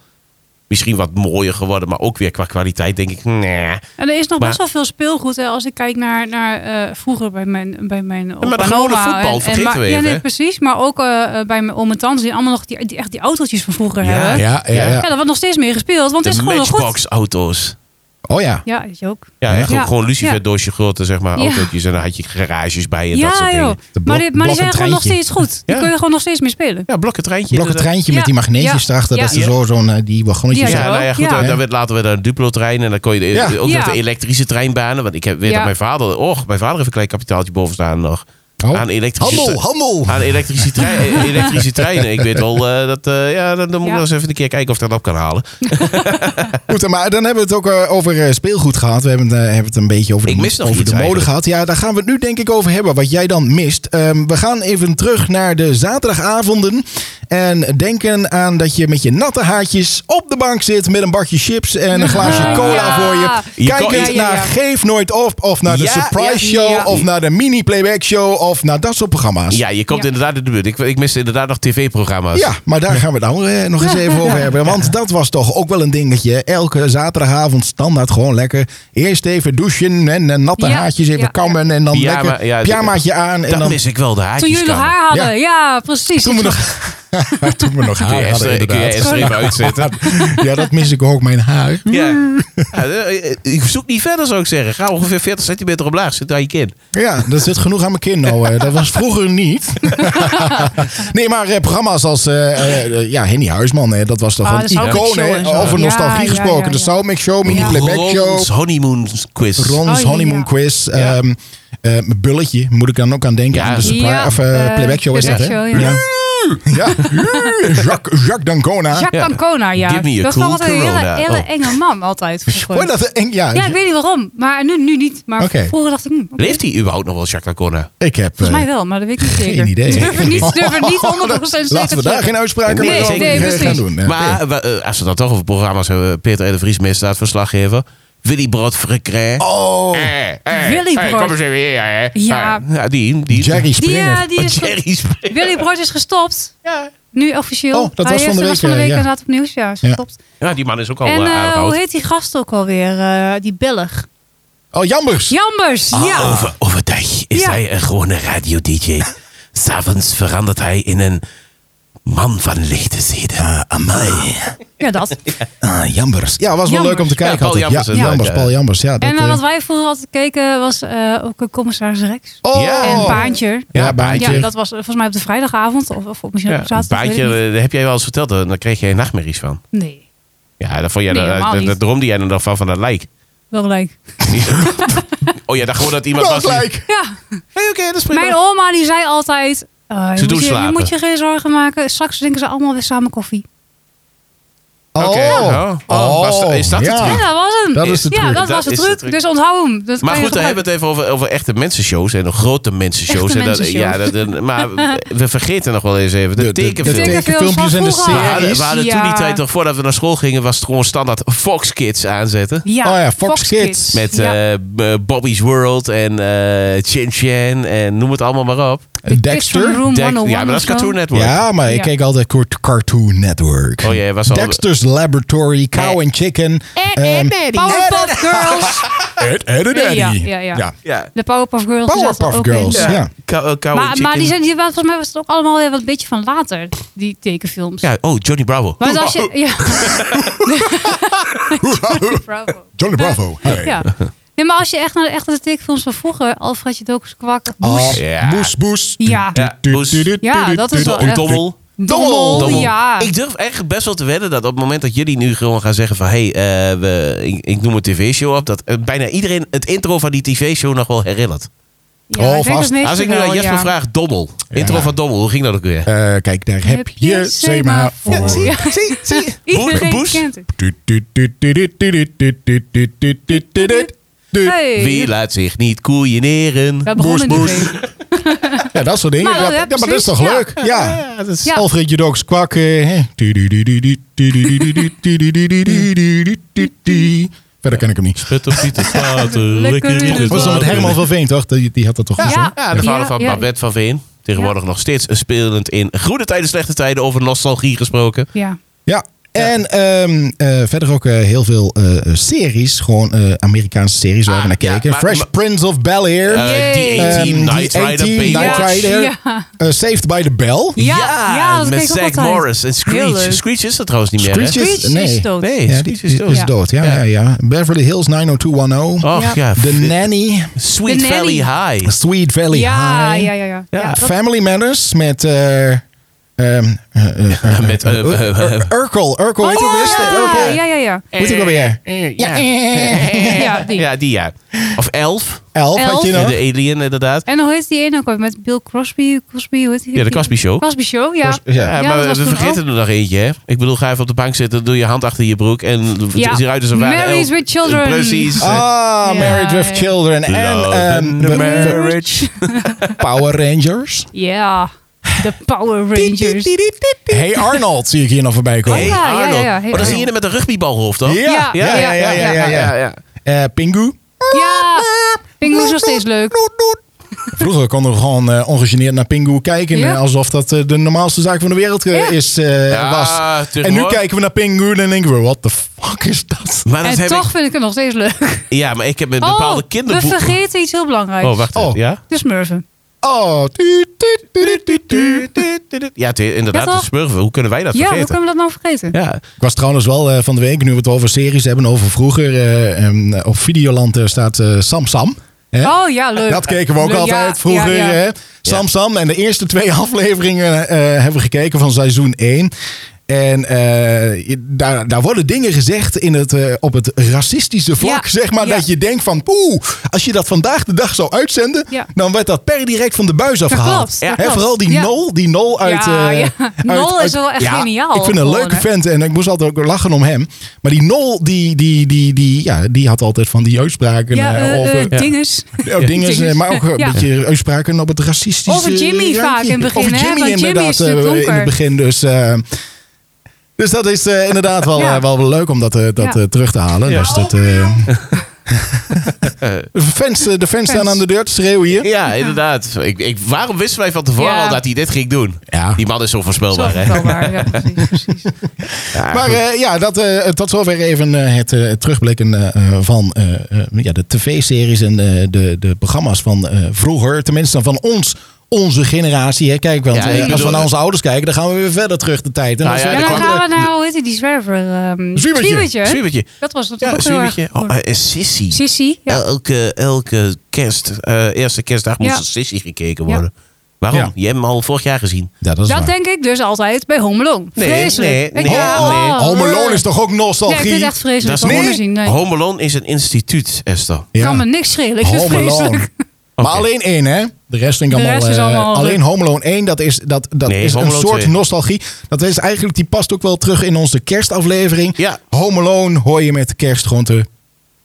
Speaker 4: misschien wat mooier geworden. Maar ook weer qua kwaliteit denk ik, nee.
Speaker 1: En er is nog
Speaker 4: Maar-
Speaker 1: best wel veel speelgoed. Hè, als ik kijk naar, naar eh, vroeger bij mijn, bij mijn opa
Speaker 4: maar de
Speaker 1: en
Speaker 4: gewone
Speaker 1: oma
Speaker 4: voetbal vergeten
Speaker 1: maar-
Speaker 4: we
Speaker 1: Ja,
Speaker 4: even,
Speaker 1: nee,
Speaker 4: hè?
Speaker 1: precies. Maar ook eh, eh, bij mijn oom en tante die allemaal nog die, die, echt die autootjes van vroeger
Speaker 4: Ja,
Speaker 1: hebben.
Speaker 2: Ja, ja, ja.
Speaker 1: Ja, dat wordt nog steeds meer gespeeld. Want
Speaker 4: De
Speaker 1: het is gewoon nog goed.
Speaker 4: matchbox-auto's.
Speaker 2: Oh ja.
Speaker 1: Ja, dat je ook.
Speaker 4: Ja, echt
Speaker 1: Ja.
Speaker 4: ook gewoon luciferdoosje grote, zeg maar,
Speaker 1: Ja.
Speaker 4: autootjes. En dan had je garages bij en dat soort
Speaker 1: Ja,
Speaker 4: dingen.
Speaker 1: joh.
Speaker 2: De
Speaker 1: maar die, maar
Speaker 2: blok-
Speaker 1: die zijn
Speaker 2: blok-
Speaker 1: gewoon nog
Speaker 2: treintje.
Speaker 1: steeds goed. Die
Speaker 4: Ja.
Speaker 1: kun je gewoon nog steeds mee spelen.
Speaker 4: Ja, blokken treintje.
Speaker 2: Blok het
Speaker 4: inderdaad.
Speaker 2: treintje
Speaker 1: Ja.
Speaker 2: met die magneetjes
Speaker 1: Ja.
Speaker 2: erachter. Dat
Speaker 1: Ja.
Speaker 2: is zo zo'n eh, die wagonnetjes.
Speaker 1: Ja,
Speaker 4: Ja, nou ja, goed,
Speaker 1: Ja.
Speaker 4: dan- dan werd later weer een Duplo-trein. En dan kon je de-
Speaker 2: Ja.
Speaker 4: ook
Speaker 1: Ja.
Speaker 4: nog de elektrische treinbanen. Want ik heb, weet
Speaker 1: Ja.
Speaker 4: dat mijn vader... Och, mijn vader heeft een klein kapitaaltje boven staan nog.
Speaker 2: Oh.
Speaker 4: Aan elektrische...
Speaker 2: Handel, handel.
Speaker 4: Aan elektrische, trein, elektrische treinen. Ik weet wel eh, dat... eh, ja, dan, dan moet ik
Speaker 1: Ja.
Speaker 4: wel eens even een keer kijken of ik dat op kan halen.
Speaker 2: Goed, maar dan hebben we het ook eh, over eh, speelgoed gehad. We hebben, het, eh, hebben het een beetje over de,
Speaker 4: Ik
Speaker 2: mo-
Speaker 4: mis nog
Speaker 2: over
Speaker 4: iets
Speaker 2: de mode
Speaker 4: eigenlijk.
Speaker 2: gehad. Ja, daar gaan we het nu denk ik over hebben. Wat jij dan mist. Ehm, we gaan even terug naar de zaterdagavonden. En denken aan dat je met je natte haartjes op de bank zit. Met een bakje chips en een glaasje
Speaker 1: Ja.
Speaker 2: cola voor je.
Speaker 4: Je
Speaker 2: Kijkend
Speaker 4: kon- ja,
Speaker 1: ja, ja.
Speaker 2: naar Geef Nooit Op. Of naar de
Speaker 4: Ja,
Speaker 2: Surprise
Speaker 1: ja,
Speaker 2: Show.
Speaker 1: ja.
Speaker 2: Of naar de Mini Playback Show. Of naar dat soort programma's.
Speaker 4: Ja, je komt
Speaker 1: Ja.
Speaker 4: inderdaad in de buurt. Ik, ik miste inderdaad nog tv-programma's.
Speaker 2: Ja, maar daar gaan we het nou, eh, nog eens even over hebben. Want dat was toch ook wel een dingetje. Elke zaterdagavond standaard gewoon lekker. Eerst even douchen en eh, natte
Speaker 1: Ja,
Speaker 2: haartjes even
Speaker 1: ja,
Speaker 2: kammen. En dan
Speaker 4: Pyjama,
Speaker 2: lekker
Speaker 4: ja,
Speaker 2: pyjamaatje aan. En
Speaker 4: Dat
Speaker 2: dan
Speaker 4: mis ik wel, de haartjes
Speaker 1: Toen jullie nog haar hadden. Ja, precies.
Speaker 2: toen we nog... toen we nog
Speaker 4: Kun je
Speaker 2: haar hadden,
Speaker 4: Esther- kun je
Speaker 2: inderdaad.
Speaker 4: Esther even uitzetten?
Speaker 2: Ja, dat mis ik ook, mijn haar.
Speaker 4: Ja.
Speaker 1: Mm.
Speaker 4: Ja, eh, eh, ik zoek niet verder, zou ik zeggen. Ga ongeveer 40 centimeter omlaag, zit daar je kin.
Speaker 2: Ja, dat zit genoeg aan mijn kin nou. eh. Dat was vroeger niet. nee, maar eh, programma's als eh, eh, eh, ja, Henny Huisman, eh, dat was toch
Speaker 1: Ah,
Speaker 2: een
Speaker 1: de Soundmix
Speaker 2: icoon.
Speaker 1: Show
Speaker 2: hè?
Speaker 1: en zo.
Speaker 2: Over
Speaker 1: Ja,
Speaker 2: nostalgie
Speaker 1: ja,
Speaker 2: gesproken.
Speaker 1: ja,
Speaker 2: De
Speaker 1: ja.
Speaker 2: Soundmix Show, Mini Playback Show.
Speaker 4: Ron's honeymoon quiz.
Speaker 2: Ron's
Speaker 1: Oh, ja,
Speaker 2: Honeymoon
Speaker 1: ja.
Speaker 2: Quiz.
Speaker 4: Ja.
Speaker 2: ehm, eh, bulletje moet ik dan ook aan denken.
Speaker 4: Ja.
Speaker 2: Aan de surprise,
Speaker 1: Ja,
Speaker 2: of, eh,
Speaker 1: eh,
Speaker 2: playback show is dat, hè?
Speaker 1: Playback Show, ja.
Speaker 2: ja. Jacques, Jacques Dancona.
Speaker 1: Jacques
Speaker 4: Ja.
Speaker 1: Ancona, ja.
Speaker 4: Give me a
Speaker 1: dat
Speaker 4: cool
Speaker 1: was altijd een hele,
Speaker 4: corona.
Speaker 1: hele
Speaker 4: Oh.
Speaker 1: enge man altijd. vroeger.
Speaker 2: Hoor je dat? Eng? Ja,
Speaker 1: ja, ik weet niet waarom. Maar nu, nu niet. Maar
Speaker 2: Oké.
Speaker 1: vroeger dacht ik, hm, oké.
Speaker 4: Leeft hij überhaupt nog wel, Jacques Lacona?
Speaker 2: ik heb...
Speaker 1: volgens
Speaker 2: eh,
Speaker 1: mij wel, maar dat weet ik niet
Speaker 2: geen
Speaker 1: zeker.
Speaker 2: idee. Oh,
Speaker 1: Durf er niet, durf er niet 100% zeker
Speaker 2: Laten we
Speaker 1: te
Speaker 2: daar
Speaker 1: zeggen.
Speaker 2: geen uitspraken
Speaker 1: Nee,
Speaker 2: meer over
Speaker 1: nee,
Speaker 2: eh,
Speaker 1: precies.
Speaker 2: gaan doen. Ja.
Speaker 4: Maar eh, als we dan toch over programma's hebben, Peter R. de Vries, misdaadverslaggever. Willy Brood, Frecret.
Speaker 2: Oh,
Speaker 4: Eh, eh,
Speaker 1: Willy
Speaker 4: eh,
Speaker 1: Brood.
Speaker 4: Kom eens even hier. hè.
Speaker 1: Ja.
Speaker 4: Eh, ja, die. die
Speaker 2: Jerry
Speaker 1: Die,
Speaker 2: Springer.
Speaker 1: eh, die
Speaker 4: Oh,
Speaker 1: is
Speaker 4: Jerry Springer.
Speaker 1: Willy Brood is gestopt.
Speaker 4: Ja.
Speaker 1: Nu officieel.
Speaker 2: Oh, dat
Speaker 1: Hij
Speaker 2: was van
Speaker 1: is-
Speaker 2: de
Speaker 1: dat
Speaker 2: week,
Speaker 1: van de
Speaker 2: eh,
Speaker 1: week
Speaker 2: ja.
Speaker 1: inderdaad opnieuw. Ja, is
Speaker 2: Ja.
Speaker 1: gestopt.
Speaker 4: ja, die man is ook al
Speaker 1: En
Speaker 4: eh,
Speaker 1: eh,
Speaker 4: aardig
Speaker 1: hoe
Speaker 4: oud.
Speaker 1: heet die gast ook alweer? eh, die Belg.
Speaker 2: Oh, Jambers.
Speaker 1: Jambers,
Speaker 2: Ah.
Speaker 1: ja.
Speaker 4: Ah, Over, overdag is
Speaker 1: Ja.
Speaker 4: hij een gewone radio-dj. S'avonds verandert hij in een man van lichte zeden.
Speaker 2: Ah, Amai.
Speaker 1: Ja, dat.
Speaker 2: Ah, Jambers. Ja, was wel
Speaker 1: Jambers.
Speaker 2: leuk om te
Speaker 4: Ja,
Speaker 2: kijken.
Speaker 4: Paul
Speaker 2: altijd.
Speaker 4: Jambers,
Speaker 2: ja,
Speaker 4: inderdaad,
Speaker 2: Jambers,
Speaker 4: ja.
Speaker 2: Paul Jambers. Ja, dat,
Speaker 1: En eh,
Speaker 2: eh,
Speaker 1: wat wij vroeger altijd keken was eh, ook een commissaris Rex.
Speaker 2: Oh,
Speaker 4: Ja.
Speaker 1: En Baantje.
Speaker 2: Ja, Baantje.
Speaker 1: Ja, dat was eh, volgens mij op de vrijdagavond. Of, of misschien
Speaker 4: Ja,
Speaker 1: op zaterdag.
Speaker 4: Baantje,
Speaker 1: weet ik niet.
Speaker 4: eh, heb jij wel eens verteld. eh, Daar kreeg jij nachtmerries van.
Speaker 1: Nee,
Speaker 4: Ja, dat vond jij
Speaker 1: Nee,
Speaker 4: dat-
Speaker 1: helemaal
Speaker 4: dat- dat
Speaker 1: niet.
Speaker 4: droomde jij dan nog van, van dat lijk.
Speaker 1: wel gelijk.
Speaker 4: oh ja, dacht gewoon dat iemand
Speaker 2: Wel
Speaker 4: was. die-
Speaker 2: gelijk.
Speaker 1: Ja,
Speaker 4: Nee, oké, dat is prima.
Speaker 1: mijn oma die zei altijd... eh, je,
Speaker 4: Ze doen
Speaker 1: moet je, je
Speaker 4: slapen.
Speaker 1: moet je geen zorgen maken. Straks drinken ze allemaal weer samen koffie.
Speaker 2: Oh,
Speaker 4: Oké, oh. Oh, was dat- is dat de
Speaker 2: ja.
Speaker 4: truc?
Speaker 1: Ja, dat was hem.
Speaker 2: Dat is de
Speaker 1: Ja,
Speaker 2: truc.
Speaker 1: dat,
Speaker 4: Dat
Speaker 1: was de
Speaker 4: is de
Speaker 1: truc.
Speaker 4: truc.
Speaker 1: Dus onthoud hem. Dat
Speaker 4: Maar
Speaker 1: kan je
Speaker 4: goed, dan hebben we
Speaker 1: gebruiken.
Speaker 4: het even over, over echte mensenshows en grote mensenshows.
Speaker 1: Echte
Speaker 4: en dat, ja,
Speaker 1: mensenshows.
Speaker 4: dat- dat- maar we- we vergeten nog wel eens even de,
Speaker 2: De- de- de
Speaker 4: tekenfilm.
Speaker 1: Tekenfilm.
Speaker 2: tekenfilmpjes en de
Speaker 1: van
Speaker 4: we
Speaker 1: vroeger.
Speaker 4: hadden,
Speaker 2: series.
Speaker 4: we hadden
Speaker 1: Ja.
Speaker 4: toen die tijd toch, voordat we naar school gingen, was het gewoon standaard Fox Kids aanzetten.
Speaker 1: Ja,
Speaker 2: Oh ja, Fox Kids.
Speaker 4: Met
Speaker 1: Ja.
Speaker 4: eh, b- Bobby's World en eh Chin Chan en noem het allemaal maar op.
Speaker 1: Kids from
Speaker 2: Dexter.
Speaker 1: Room
Speaker 4: Dek-
Speaker 1: 101
Speaker 4: ja, maar dat
Speaker 1: of
Speaker 4: is
Speaker 1: zo.
Speaker 4: Cartoon Network.
Speaker 2: Ja, maar ik
Speaker 1: Ja.
Speaker 2: keek altijd kort Cartoon Network.
Speaker 4: Oh, jij was al-
Speaker 2: Dexter's Laboratory, Cow and Chicken.
Speaker 1: Eh,
Speaker 2: ehm,
Speaker 1: Powerpuff Girls.
Speaker 2: Ed, Ed en Eddie.
Speaker 1: Ja, ja, ja.
Speaker 4: Eh, ja.
Speaker 1: De Powerpuff Girls. die zaten
Speaker 2: Powerpuff
Speaker 1: ook in.
Speaker 2: Girls. Ja.
Speaker 4: Kou- eh, Kou en
Speaker 1: Maar, maar
Speaker 4: Chicken.
Speaker 1: die zijn, die, waren- volgens mij was het ook allemaal weer wat beetje van later, die tekenfilms.
Speaker 4: Ja, oh, Johnny Bravo.
Speaker 1: Maar als je... Ja. Bravo.
Speaker 2: Johnny Bravo. Hey.
Speaker 1: Ja. Nee, maar als je echt naar de echte tekenfilms van vroeger, Alfredje Dokus Kwak,
Speaker 2: Oh,
Speaker 1: Boes,
Speaker 4: Ja.
Speaker 2: Boes, boes.
Speaker 1: Ja.
Speaker 4: Ja,
Speaker 2: Du-
Speaker 4: Boes.
Speaker 2: du- du-
Speaker 1: Ja,
Speaker 2: du- du-
Speaker 1: dat is
Speaker 2: du-
Speaker 1: wel
Speaker 2: du-
Speaker 1: echt-
Speaker 2: du-
Speaker 4: Dommel.
Speaker 1: Dommel,
Speaker 4: Dommel.
Speaker 1: ja.
Speaker 4: Ik durf echt best wel te wedden dat op het moment dat jullie nu gewoon gaan zeggen van... hé, hey, eh, we- ik, ik noem een tv-show op, dat eh, bijna iedereen het intro van die tv-show nog wel herinnert.
Speaker 1: Ja,
Speaker 2: Oh,
Speaker 1: ik denk
Speaker 2: vast.
Speaker 1: dat meestal
Speaker 4: Als ik nu aan
Speaker 1: wel,
Speaker 4: Jesper
Speaker 1: ja.
Speaker 4: vraag, Dommel. Intro van Dommel, hoe ging dat ook weer?
Speaker 2: Eh, Kijk, daar heb je Zema
Speaker 1: Ja,
Speaker 2: voor.
Speaker 1: zie, zie, Iedereen
Speaker 4: Boes?
Speaker 1: kent het.
Speaker 2: Du- du- du- du- du- du- du- du- du- du- du- du- du- du- du-
Speaker 1: Hey.
Speaker 4: Wie laat zich niet koeieneren?
Speaker 1: Dat begon
Speaker 2: Boes,
Speaker 1: in de
Speaker 2: boes.
Speaker 1: tv.
Speaker 2: Ja, dat soort dingen.
Speaker 1: Maar
Speaker 2: Dat-
Speaker 1: dat-
Speaker 2: Ja, maar dat
Speaker 1: precies,
Speaker 2: is toch
Speaker 1: Nou, ja.
Speaker 2: leuk? Ja.
Speaker 1: Ja.
Speaker 2: Alfred Jodoks kwak. eh, hè. Du- du- du- du- du- du- du- du- du- du- du- du- du- du- du- du- du- du- Verder ken ik hem niet.
Speaker 4: Sputter, Pieter, Pater,
Speaker 1: Lekker
Speaker 4: lekker
Speaker 1: doen.
Speaker 4: in het
Speaker 2: was dan met
Speaker 4: water.
Speaker 2: Herman van Veen, toch? Die, die had dat toch
Speaker 1: Ja.
Speaker 2: gezongen?
Speaker 4: Ja, de vader
Speaker 1: Ja,
Speaker 4: van
Speaker 1: ja.
Speaker 4: Babette van Veen. Tegenwoordig nog steeds spelend in goede tijden, slechte tijden over nostalgie gesproken.
Speaker 1: Ja.
Speaker 2: Ja. En ehm, eh, verder ook eh, heel veel eh, series. Gewoon eh, Amerikaanse series waar
Speaker 4: Ah,
Speaker 2: we naar
Speaker 4: ja,
Speaker 2: keken.
Speaker 4: maar-
Speaker 2: Fresh
Speaker 4: maar-
Speaker 2: Prince of Bel-Air.
Speaker 4: Eh, die
Speaker 1: Yay.
Speaker 4: 18,
Speaker 2: Ehm,
Speaker 4: Night
Speaker 2: die
Speaker 4: Rider,
Speaker 2: 18,
Speaker 4: Baywatch.
Speaker 2: Night Rider.
Speaker 1: Ja.
Speaker 2: eh, Saved by the Bell.
Speaker 1: Ja, ja, dat
Speaker 4: met
Speaker 1: keek ik ook
Speaker 4: Zack
Speaker 1: altijd.
Speaker 4: Morris en
Speaker 1: Heel
Speaker 4: Screech.
Speaker 1: leuk.
Speaker 4: Screech is dat trouwens niet meer, hè?
Speaker 2: Screech
Speaker 1: Preach
Speaker 2: Nee.
Speaker 1: is dood.
Speaker 4: Nee,
Speaker 2: Ja,
Speaker 4: Screech
Speaker 2: die,
Speaker 4: is
Speaker 2: die is
Speaker 4: dood. Oh,
Speaker 2: dood. Ja,
Speaker 4: Ja.
Speaker 2: ja. Ja, Beverly Hills 90210.
Speaker 4: Och ja,
Speaker 2: The
Speaker 4: Fit-
Speaker 2: Nanny.
Speaker 4: Sweet
Speaker 1: The
Speaker 4: Valley
Speaker 1: Nanny.
Speaker 4: High.
Speaker 2: Sweet Valley
Speaker 1: Ja,
Speaker 2: High.
Speaker 1: ja, ja, ja.
Speaker 4: Ja.
Speaker 1: Ja, dat- Oh,
Speaker 2: Family Matters met... eh, ehm, eh, eh, eh,
Speaker 4: Met, eh, eh,
Speaker 2: Ur- Ur- Urkel. Urkel, weet je
Speaker 1: Oh, ja,
Speaker 2: wel? Urkel.
Speaker 1: ja, ja, ja.
Speaker 2: Moet ik alweer?
Speaker 4: Ja,
Speaker 1: Ja, die.
Speaker 4: ja, die ja. Of Elf,
Speaker 2: Elf had je
Speaker 1: Elf.
Speaker 2: nog.
Speaker 4: de alien inderdaad.
Speaker 1: En hoe heet die ene ook alweer? Met Bill Crosby? Crosby hoe heet die?
Speaker 4: Ja, de Cosby Show.
Speaker 1: Cosby Show, ja.
Speaker 2: Cos- ja.
Speaker 4: Ja,
Speaker 1: Ja, dat
Speaker 4: maar
Speaker 1: was
Speaker 4: we
Speaker 1: toen
Speaker 4: vergeten er nog eentje, hè? Ik bedoel, ga even op de bank zitten, doe je hand achter je broek en
Speaker 1: Ja.
Speaker 4: zie uit als een ware
Speaker 1: Married
Speaker 4: elf.
Speaker 1: with Children.
Speaker 4: Precies. eh,
Speaker 2: Ah,
Speaker 1: Ja,
Speaker 2: Married with
Speaker 1: ja.
Speaker 2: Children. En
Speaker 4: Love
Speaker 2: ehm,
Speaker 4: and the
Speaker 2: de-
Speaker 4: marriage.
Speaker 2: de Power Rangers.
Speaker 1: Ja, de Power Rangers.
Speaker 2: Hey Arnold zie ik hier nog voorbij komen.
Speaker 4: Hey,
Speaker 1: ja, ja,
Speaker 4: Arnold.
Speaker 1: ja,
Speaker 4: Maar dan zie je hem met een rugbybalhoofd, toch?
Speaker 2: Ja, ja, ja, ja, ja, ja, ja. Eh, Pingu.
Speaker 1: Ja, Pingu is nog steeds leuk.
Speaker 2: Vroeger konden we gewoon eh, ongegeneerd naar Pingu kijken.
Speaker 1: Ja.
Speaker 2: eh, Alsof dat eh, de normaalste zaak van de wereld eh,
Speaker 1: Ja.
Speaker 2: is, eh,
Speaker 4: Ja,
Speaker 2: was. En nu
Speaker 4: tegenwoordig-
Speaker 2: kijken we naar Pingu en denken we, what the fuck is dat?
Speaker 4: Maar dat
Speaker 1: En
Speaker 4: heb
Speaker 1: toch
Speaker 4: ik,
Speaker 1: vind ik het nog steeds leuk.
Speaker 4: ja, maar ik heb met
Speaker 1: Oh,
Speaker 4: bepaalde
Speaker 1: we
Speaker 4: kinderboeken...
Speaker 1: vergeten iets heel belangrijks.
Speaker 4: Oh, wacht even.
Speaker 2: Oh.
Speaker 4: Ja?
Speaker 1: De Smurfen.
Speaker 2: Oh, tuut, tuut, tuut, tuut, tuut, tuut.
Speaker 4: Ja, te- inderdaad,
Speaker 1: Ja,
Speaker 4: de
Speaker 1: toch?
Speaker 4: smurfen. Hoe kunnen wij dat
Speaker 1: Ja, hoe
Speaker 4: vergeten?
Speaker 1: kunnen we dat nou vergeten?
Speaker 4: Ja,
Speaker 2: Ik was trouwens wel eh, van de week, nu we het over series hebben, over vroeger. eh, em, op Videoland eh, staat eh, Sam Sam. Hè?
Speaker 1: Oh ja, leuk.
Speaker 2: Dat keken we ook
Speaker 1: Leuk, ja,
Speaker 2: altijd vroeger.
Speaker 1: ja, ja.
Speaker 2: Hè? Sam Sam. En de eerste twee afleveringen eh, hebben we gekeken van seizoen 1. En eh, je- daar, daar worden dingen gezegd in het, eh, op het racistische vlak,
Speaker 1: Ja,
Speaker 2: zeg maar.
Speaker 1: ja.
Speaker 2: Dat je denkt van, oeh, als je dat vandaag de dag zou uitzenden...
Speaker 1: Ja.
Speaker 2: dan werd dat per direct van de buis afgehaald.
Speaker 1: klopt, dat
Speaker 2: Hè,
Speaker 1: klopt.
Speaker 2: Vooral die
Speaker 1: Ja.
Speaker 2: Nol, die Nol uit...
Speaker 1: Ja,
Speaker 2: eh,
Speaker 1: ja. Nol is wel echt
Speaker 2: ja,
Speaker 1: geniaal
Speaker 2: Ik vind een
Speaker 1: gewoon,
Speaker 2: leuke
Speaker 1: hè.
Speaker 2: vent en ik moest altijd ook lachen om hem. Maar die Nol, die, die, die, die, ja, die had altijd van die uitspraken
Speaker 1: Ja,
Speaker 2: eh,
Speaker 1: eh,
Speaker 2: over...
Speaker 1: eh, dinges.
Speaker 2: Ja, dingen,
Speaker 1: Dinges.
Speaker 2: eh, maar ook een
Speaker 1: Ja.
Speaker 2: beetje uitspraken op het racistische.
Speaker 1: Over Jimmy
Speaker 2: randje.
Speaker 1: vaak in het begin,
Speaker 2: Over
Speaker 1: hè?
Speaker 2: Jimmy
Speaker 1: Want Jimmy
Speaker 2: inderdaad,
Speaker 1: is te
Speaker 2: eh, in
Speaker 1: donker.
Speaker 2: het begin. Dus, eh, dus dat is eh, inderdaad wel,
Speaker 1: Ja.
Speaker 2: eh, wel leuk om dat, eh,
Speaker 1: Ja.
Speaker 2: dat eh, terug te halen.
Speaker 4: Ja.
Speaker 2: Dus dat, eh, de fans, eh, de fans staan aan de deur te schreeuwen hier.
Speaker 4: ja inderdaad. Ik, ik, waarom wisten wij van tevoren
Speaker 1: Ja.
Speaker 4: al dat hij dit ging doen?
Speaker 2: Ja.
Speaker 4: Die man is zo
Speaker 1: Zo
Speaker 4: voorspelbaar, hè?
Speaker 1: vertelbaar. Ja, precies, precies.
Speaker 4: Ja,
Speaker 2: Maar
Speaker 4: goed.
Speaker 2: eh, ja, dat, eh, tot zover even eh, het eh, het terugblikken eh, eh, van eh, eh, ja, de tv-series en eh, de, de programma's van eh, vroeger. Tenminste van ons, onze generatie. Hè. Kijk, want
Speaker 4: Ja, ik
Speaker 2: eh, als we
Speaker 4: bedoel-
Speaker 2: naar onze ouders kijken, dan gaan we weer verder terug de tijd. En
Speaker 4: Nou
Speaker 2: als we-
Speaker 4: ja,
Speaker 1: En dan
Speaker 4: kwam
Speaker 1: gaan
Speaker 4: er-
Speaker 1: we naar, hoe heet die, die zwerver? ehm
Speaker 2: Zwiebertje.
Speaker 4: Zwiebertje.
Speaker 1: Dat was natuurlijk
Speaker 4: Ja,
Speaker 1: ook heel erg
Speaker 4: Zwiebertje. Oh,
Speaker 1: goed.
Speaker 4: eh, en Sissy.
Speaker 1: Sissy, ja.
Speaker 4: Elke, elke kerst, eh, eerste kerstdag moest
Speaker 1: Ja.
Speaker 4: een Sissy gekeken worden. Waarom?
Speaker 2: Ja.
Speaker 4: Je hebt hem al vorig jaar gezien.
Speaker 2: Ja, dat is
Speaker 1: Dat
Speaker 2: waar.
Speaker 1: denk ik dus altijd bij Home Alone.
Speaker 4: Nee,
Speaker 1: vreselijk.
Speaker 4: nee,
Speaker 1: Ik- oh,
Speaker 4: nee, nee.
Speaker 2: Home Alone is toch ook
Speaker 1: Nee, ik
Speaker 2: nostalgie?
Speaker 1: vind het echt vreselijk. Dat
Speaker 4: Dat is
Speaker 1: kan
Speaker 2: niet-
Speaker 1: me zien. Nee.
Speaker 4: Home Alone is een instituut, Esther.
Speaker 2: Ja.
Speaker 1: Kan me niks schelen. Ik vind het
Speaker 2: Home Alone.
Speaker 1: vreselijk.
Speaker 2: Maar
Speaker 4: Oké.
Speaker 2: alleen één, hè? De rest vind ik
Speaker 1: De
Speaker 2: allemaal...
Speaker 1: rest is
Speaker 2: eh,
Speaker 1: allemaal-
Speaker 2: alleen Home Alone 1, dat is, dat, dat
Speaker 4: Nee,
Speaker 2: is
Speaker 4: Home
Speaker 2: een
Speaker 4: Alone
Speaker 2: soort
Speaker 4: 2.
Speaker 2: nostalgie. Dat is eigenlijk, die past ook wel terug in onze kerstaflevering.
Speaker 4: Ja.
Speaker 2: Home Alone hoor je met de eh. kerst gewoon te...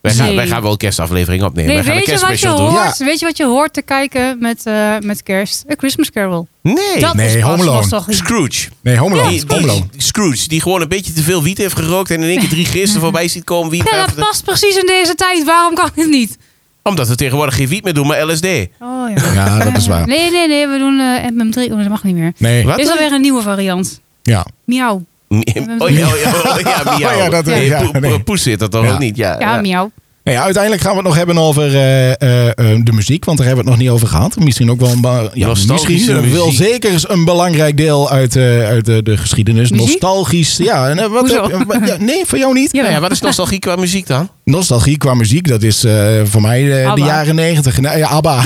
Speaker 4: Wij, gaan,
Speaker 1: Nee.
Speaker 4: wij gaan wel een kerstaflevering opnemen.
Speaker 1: Nee,
Speaker 4: wij gaan een
Speaker 1: weet je, wat je
Speaker 4: kerstspecial doen.
Speaker 1: hoort, weet je wat je hoort te kijken met, eh, met kerst? A Christmas Carol.
Speaker 4: Nee.
Speaker 1: dat
Speaker 2: nee,
Speaker 1: is pas
Speaker 2: Home Alone.
Speaker 1: nostalgie.
Speaker 4: Scrooge.
Speaker 2: Nee, Home Alone.
Speaker 4: Die,
Speaker 2: Home
Speaker 4: die-
Speaker 2: Alone.
Speaker 4: die Scrooge, die gewoon een beetje te veel wiet heeft gerookt en in één keer drie gisten voorbij ziet komen. Wie
Speaker 1: Ja, dat past precies in deze tijd. Waarom kan het niet?
Speaker 4: Omdat we tegenwoordig geen wiet meer doen, maar LSD.
Speaker 1: Oh, ja.
Speaker 2: Ja, dat is waar.
Speaker 1: Nee, nee, nee. We doen eh MM3. Oh, dat mag niet meer.
Speaker 2: Nee.
Speaker 4: Wat?
Speaker 1: Is alweer een nieuwe variant.
Speaker 2: Ja.
Speaker 1: Miauw.
Speaker 4: Oh ja, oh ja, oh ja, miauw.
Speaker 2: Oh ja, dat-
Speaker 4: Nee,
Speaker 2: ja,
Speaker 4: poe-
Speaker 2: nee.
Speaker 4: Poes zit dat dan
Speaker 2: Ja.
Speaker 4: ook niet. Ja,
Speaker 1: Ja,
Speaker 4: ja.
Speaker 1: miauw.
Speaker 2: Nee, uiteindelijk gaan we het nog hebben over eh, eh, eh, de muziek, want daar hebben we het nog niet over gehad. Misschien ook wel een ba- ja,
Speaker 4: Nostalgische
Speaker 2: misschien eh, wel
Speaker 4: muziek.
Speaker 2: zeker eens een belangrijk deel uit, eh, uit eh, de geschiedenis.
Speaker 1: Muziek?
Speaker 2: Nostalgisch. Ja, en, eh, wat
Speaker 1: Hoezo?
Speaker 2: heb- wat- ja, nee, voor jou niet.
Speaker 1: Ja.
Speaker 4: Nou ja, wat is nostalgie qua muziek dan?
Speaker 2: Nostalgie qua muziek, dat is eh, voor mij eh, de
Speaker 1: ABBA.
Speaker 2: jaren negentig. Nou, ja, ABBA.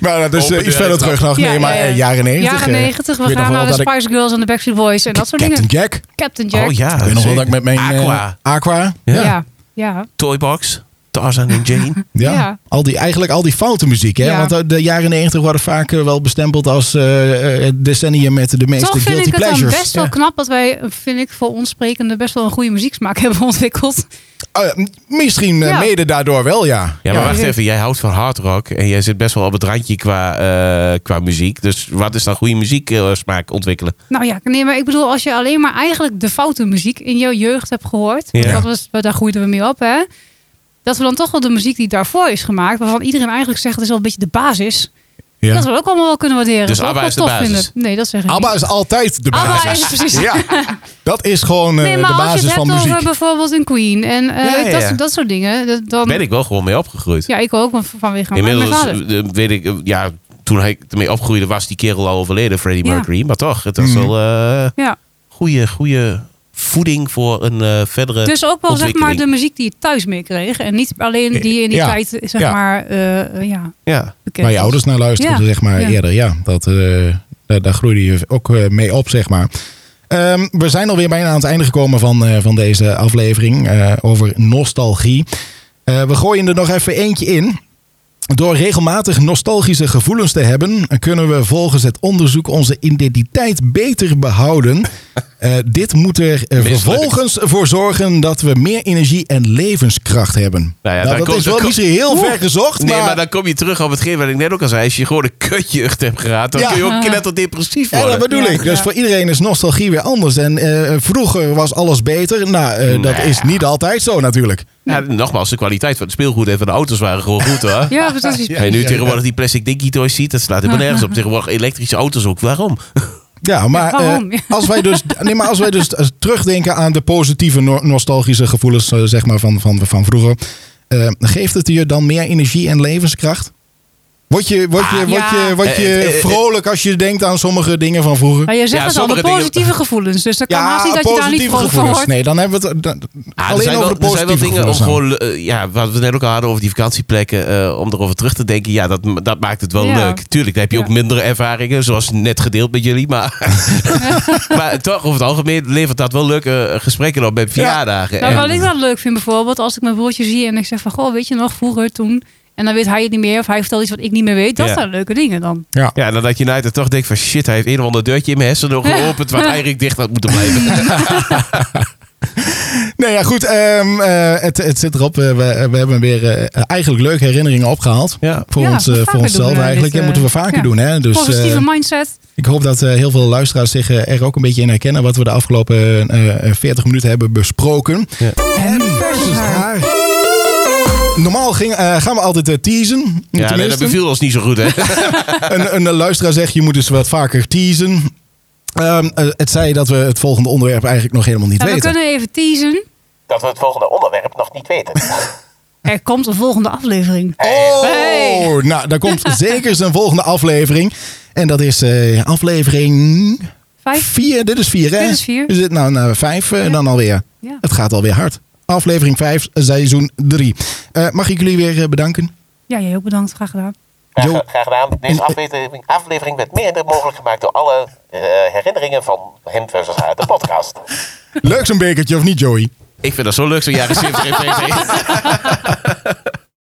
Speaker 2: maar dat is eh, iets
Speaker 4: Open deur,
Speaker 2: verder
Speaker 4: trap.
Speaker 2: terug nog.
Speaker 1: Ja,
Speaker 2: nee, maar
Speaker 1: ja, ja.
Speaker 2: eh, jaren negentig.
Speaker 1: Jaren
Speaker 2: eh,
Speaker 1: 90.
Speaker 2: ik
Speaker 1: We
Speaker 2: weet nog
Speaker 1: gaan
Speaker 2: wel
Speaker 1: naar de
Speaker 2: dat ik-
Speaker 1: Spice Girls en de Backstreet Boys en dat soort
Speaker 2: Captain
Speaker 1: dingen.
Speaker 2: Jack. Ik
Speaker 1: Captain Jack.
Speaker 4: Oh ja,
Speaker 2: weet nog wel
Speaker 4: zeker.
Speaker 2: dat ik met mijn... eh,
Speaker 4: Aqua,
Speaker 2: Aqua.
Speaker 1: Ja. ja. ja.
Speaker 4: Toybox, Tarzan en Jane.
Speaker 2: Ja,
Speaker 1: Ja.
Speaker 2: Al die, eigenlijk al die foute muziek. Hè?
Speaker 1: Ja.
Speaker 2: Want eh, de- de jaren negentig worden vaak eh, wel bestempeld als eh, eh, het decennium met de meeste
Speaker 1: Toch vind
Speaker 2: guilty
Speaker 1: ik het dan
Speaker 2: pleasures.
Speaker 1: best wel knap dat wij, vind ik, voor ons sprekende best wel een goede muzieksmaak hebben ontwikkeld.
Speaker 2: Eh, m- misschien eh,
Speaker 1: Ja.
Speaker 2: mede daardoor wel, ja.
Speaker 4: Ja, maar
Speaker 1: Ja.
Speaker 4: wacht even. Jij houdt van hard rock en jij zit best wel op het randje qua, eh, qua muziek. Dus wat is dan goede muziek eh, smaak ontwikkelen?
Speaker 1: Nou ja, nee, maar ik bedoel, als je alleen maar eigenlijk de foute muziek in jouw jeugd hebt gehoord, want
Speaker 4: Ja.
Speaker 1: dat was, daar groeiden we mee op, hè? Dat we dan toch wel de muziek die daarvoor is gemaakt, waarvan iedereen eigenlijk zegt het is wel een beetje de basis, dat we ook allemaal wel kunnen waarderen.
Speaker 4: Dus
Speaker 1: Dat we ook
Speaker 4: ABBA
Speaker 1: wel
Speaker 4: is de
Speaker 1: tof
Speaker 4: basis.
Speaker 1: vinden. Nee, dat zeg ik
Speaker 2: ABBA
Speaker 1: niet.
Speaker 2: is altijd de
Speaker 1: ABBA
Speaker 2: basis.
Speaker 1: is precies.
Speaker 2: Ja, dat is gewoon eh,
Speaker 1: Nee, maar
Speaker 2: de
Speaker 1: als je
Speaker 2: basis
Speaker 1: het
Speaker 2: van
Speaker 1: hebt
Speaker 2: muziek.
Speaker 1: over bijvoorbeeld een Queen en eh,
Speaker 4: Ja, ja,
Speaker 1: dat,
Speaker 4: ja.
Speaker 1: soort- dat soort dingen, dat- dan...
Speaker 4: Ben ik wel gewoon mee opgegroeid.
Speaker 1: Ja, ik ook, want vanwege mijn- mijn
Speaker 4: Inmiddels
Speaker 1: vader.
Speaker 4: eh, weet ik, eh, ja, toen ik ermee opgroeide was die kerel al overleden, Freddie
Speaker 1: Ja.
Speaker 4: Mercury. Maar toch, het was
Speaker 2: Mhm.
Speaker 4: wel eh,
Speaker 1: Ja.
Speaker 4: goede, goede voeding voor een eh, verdere
Speaker 1: Dus ook wel zeg maar
Speaker 4: ontwikkeling.
Speaker 1: de muziek die je thuis meekreeg. En niet alleen die je in die
Speaker 2: Ja.
Speaker 1: tijd zeg
Speaker 2: Ja.
Speaker 1: maar eh, eh, ja,
Speaker 4: Ja.
Speaker 1: bekend
Speaker 2: Waar je
Speaker 1: was.
Speaker 2: ouders naar luisteren,
Speaker 1: Ja.
Speaker 2: zeg maar,
Speaker 1: Ja.
Speaker 2: eerder. Ja, dat, eh, daar, daar groeide je ook eh, mee op, zeg maar. Ehm, we zijn alweer bijna aan het einde gekomen van, eh, van deze aflevering eh, over nostalgie. Eh, we gooien er nog even eentje in. Door regelmatig nostalgische gevoelens te hebben, kunnen we volgens het onderzoek onze identiteit beter behouden. Eh, dit moet er eh,
Speaker 4: Mislukt.
Speaker 2: vervolgens voor zorgen dat we meer energie en levenskracht hebben.
Speaker 4: Nou ja,
Speaker 2: Nou,
Speaker 4: daar
Speaker 2: dat
Speaker 4: komt-
Speaker 2: is wel
Speaker 4: daar
Speaker 2: misschien heel
Speaker 4: Oeh.
Speaker 2: ver gezocht,
Speaker 4: Nee,
Speaker 2: maar,
Speaker 4: maar dan kom je terug op hetgeen wat ik net ook al zei. Als je gewoon een kutjeugd hebt gehad, dan
Speaker 2: Ja.
Speaker 4: kun je ook knetterdepressief
Speaker 2: Ja,
Speaker 4: worden.
Speaker 2: dat bedoel
Speaker 1: Ja,
Speaker 2: ik. Dus
Speaker 1: ja.
Speaker 2: voor iedereen is nostalgie weer anders. En eh, vroeger was alles beter. Nou, eh, dat
Speaker 4: Nou.
Speaker 2: is niet altijd zo natuurlijk.
Speaker 4: Ja, nogmaals, de kwaliteit van het speelgoed en van de auto's waren gewoon goed hoor.
Speaker 1: Ja, precies.
Speaker 4: En nu
Speaker 2: ja,
Speaker 4: tegenwoordig die plastic dinky toys ziet, dat slaat helemaal nergens op. Tegenwoordig elektrische auto's ook. Waarom?
Speaker 2: Ja, maar, eh,
Speaker 1: waarom? Ja.
Speaker 2: als, wij dus, nee, maar als wij dus eh, terugdenken aan de positieve no- nostalgische gevoelens eh, zeg maar van, van, van vroeger. eh, geeft het je dan meer energie en levenskracht? Word je, word je,
Speaker 1: Ah,
Speaker 2: word
Speaker 1: ja.
Speaker 2: je, word
Speaker 4: Eh, eh, eh,
Speaker 2: je
Speaker 4: eh.
Speaker 2: vrolijk als je denkt aan sommige dingen van vroeger?
Speaker 1: Maar je zegt het
Speaker 4: Ja,
Speaker 1: al, de
Speaker 4: sommige dingen-
Speaker 1: positieve gevoelens. Dus dat kan haast niet dat je daar niet
Speaker 2: positieve
Speaker 1: vrolijk van
Speaker 2: gevoelens.
Speaker 1: wordt.
Speaker 2: Nee, dan hebben we het eh, dan-
Speaker 4: Ah, er
Speaker 2: alleen
Speaker 4: zijn
Speaker 2: over
Speaker 4: wel,
Speaker 2: de
Speaker 4: er zijn wel
Speaker 2: positieve
Speaker 4: dingen om
Speaker 2: gevoelens. dan.
Speaker 4: gewoon, eh, ja, wat we net ook al hadden over die vakantieplekken, eh, om erover terug te denken. Ja, dat, dat maakt het wel
Speaker 1: Ja.
Speaker 4: leuk. Tuurlijk, daar heb je
Speaker 1: Ja.
Speaker 4: ook mindere ervaringen, zoals net gedeeld met jullie. Maar, maar toch, over het algemeen levert dat wel leuke eh, gesprekken op bij verjaardagen.
Speaker 1: Nou,
Speaker 4: En-
Speaker 1: wat ik wel leuk vind bijvoorbeeld, als ik mijn broertje zie en ik zeg van... Goh, weet je nog, vroeger toen... En dan weet hij het niet meer of hij vertelt iets wat ik niet meer weet. Dat
Speaker 4: Ja.
Speaker 1: zijn leuke dingen dan.
Speaker 2: Ja.
Speaker 4: Ja, nadat je United toch denkt van shit, hij heeft een of ander deurtje in mijn hersenen geopend wat eigenlijk dicht had moeten blijven.
Speaker 2: Nee, ja, goed. ehm, eh, het, het zit erop. Eh, we, we hebben weer eh, eigenlijk leuke herinneringen opgehaald.
Speaker 4: Ja.
Speaker 2: Voor,
Speaker 1: Ja,
Speaker 2: ons, eh,
Speaker 1: vaker
Speaker 2: voor onszelf
Speaker 1: doen we
Speaker 2: eigenlijk.
Speaker 1: dit,
Speaker 2: Dat
Speaker 1: eh,
Speaker 2: moeten we vaker
Speaker 1: ja.
Speaker 2: doen. Hè? Dus eh,
Speaker 1: Positieve mindset.
Speaker 2: ik hoop dat eh, heel veel luisteraars zich eh, er ook een beetje in herkennen. Wat we de afgelopen eh, eh, 40 minuten hebben besproken.
Speaker 4: Ja.
Speaker 2: En versus haar. Normaal ging, eh, gaan we altijd eh, teasen.
Speaker 4: Ja, nee, dat
Speaker 2: Tenminste,
Speaker 4: beviel ons niet zo goed, hè?
Speaker 2: een, een eh, luisteraar zegt, je moet dus wat vaker teasen. Ehm, eh, het zei dat we het volgende onderwerp eigenlijk nog helemaal niet
Speaker 1: Ja, we
Speaker 2: weten.
Speaker 1: kunnen even teasen.
Speaker 3: Dat we het volgende onderwerp nog niet weten.
Speaker 1: Er komt een volgende aflevering.
Speaker 2: Oh,
Speaker 1: Hey.
Speaker 2: nou, daar komt zeker zijn volgende aflevering. En dat is eh, aflevering
Speaker 1: Vijf?
Speaker 2: 4. Dit is 4, hè?
Speaker 1: Dit is vier.
Speaker 2: Dus dit nou, nou 5
Speaker 1: Ja.
Speaker 2: dan alweer.
Speaker 1: Ja.
Speaker 2: Het gaat alweer hard. Aflevering 5, seizoen 3. mag ik jullie weer eh, bedanken?
Speaker 1: Ja, jij ook bedankt. Graag gedaan.
Speaker 2: Jo.
Speaker 3: Graag, graag gedaan. Deze aflevering, aflevering werd mede mogelijk gemaakt door alle eh, herinneringen van Hem versus Haar, de podcast.
Speaker 2: Leuk zo'n bekertje, of niet, Joey?
Speaker 4: Ik vind dat zo leuk, zo'n jaren 70 referentie.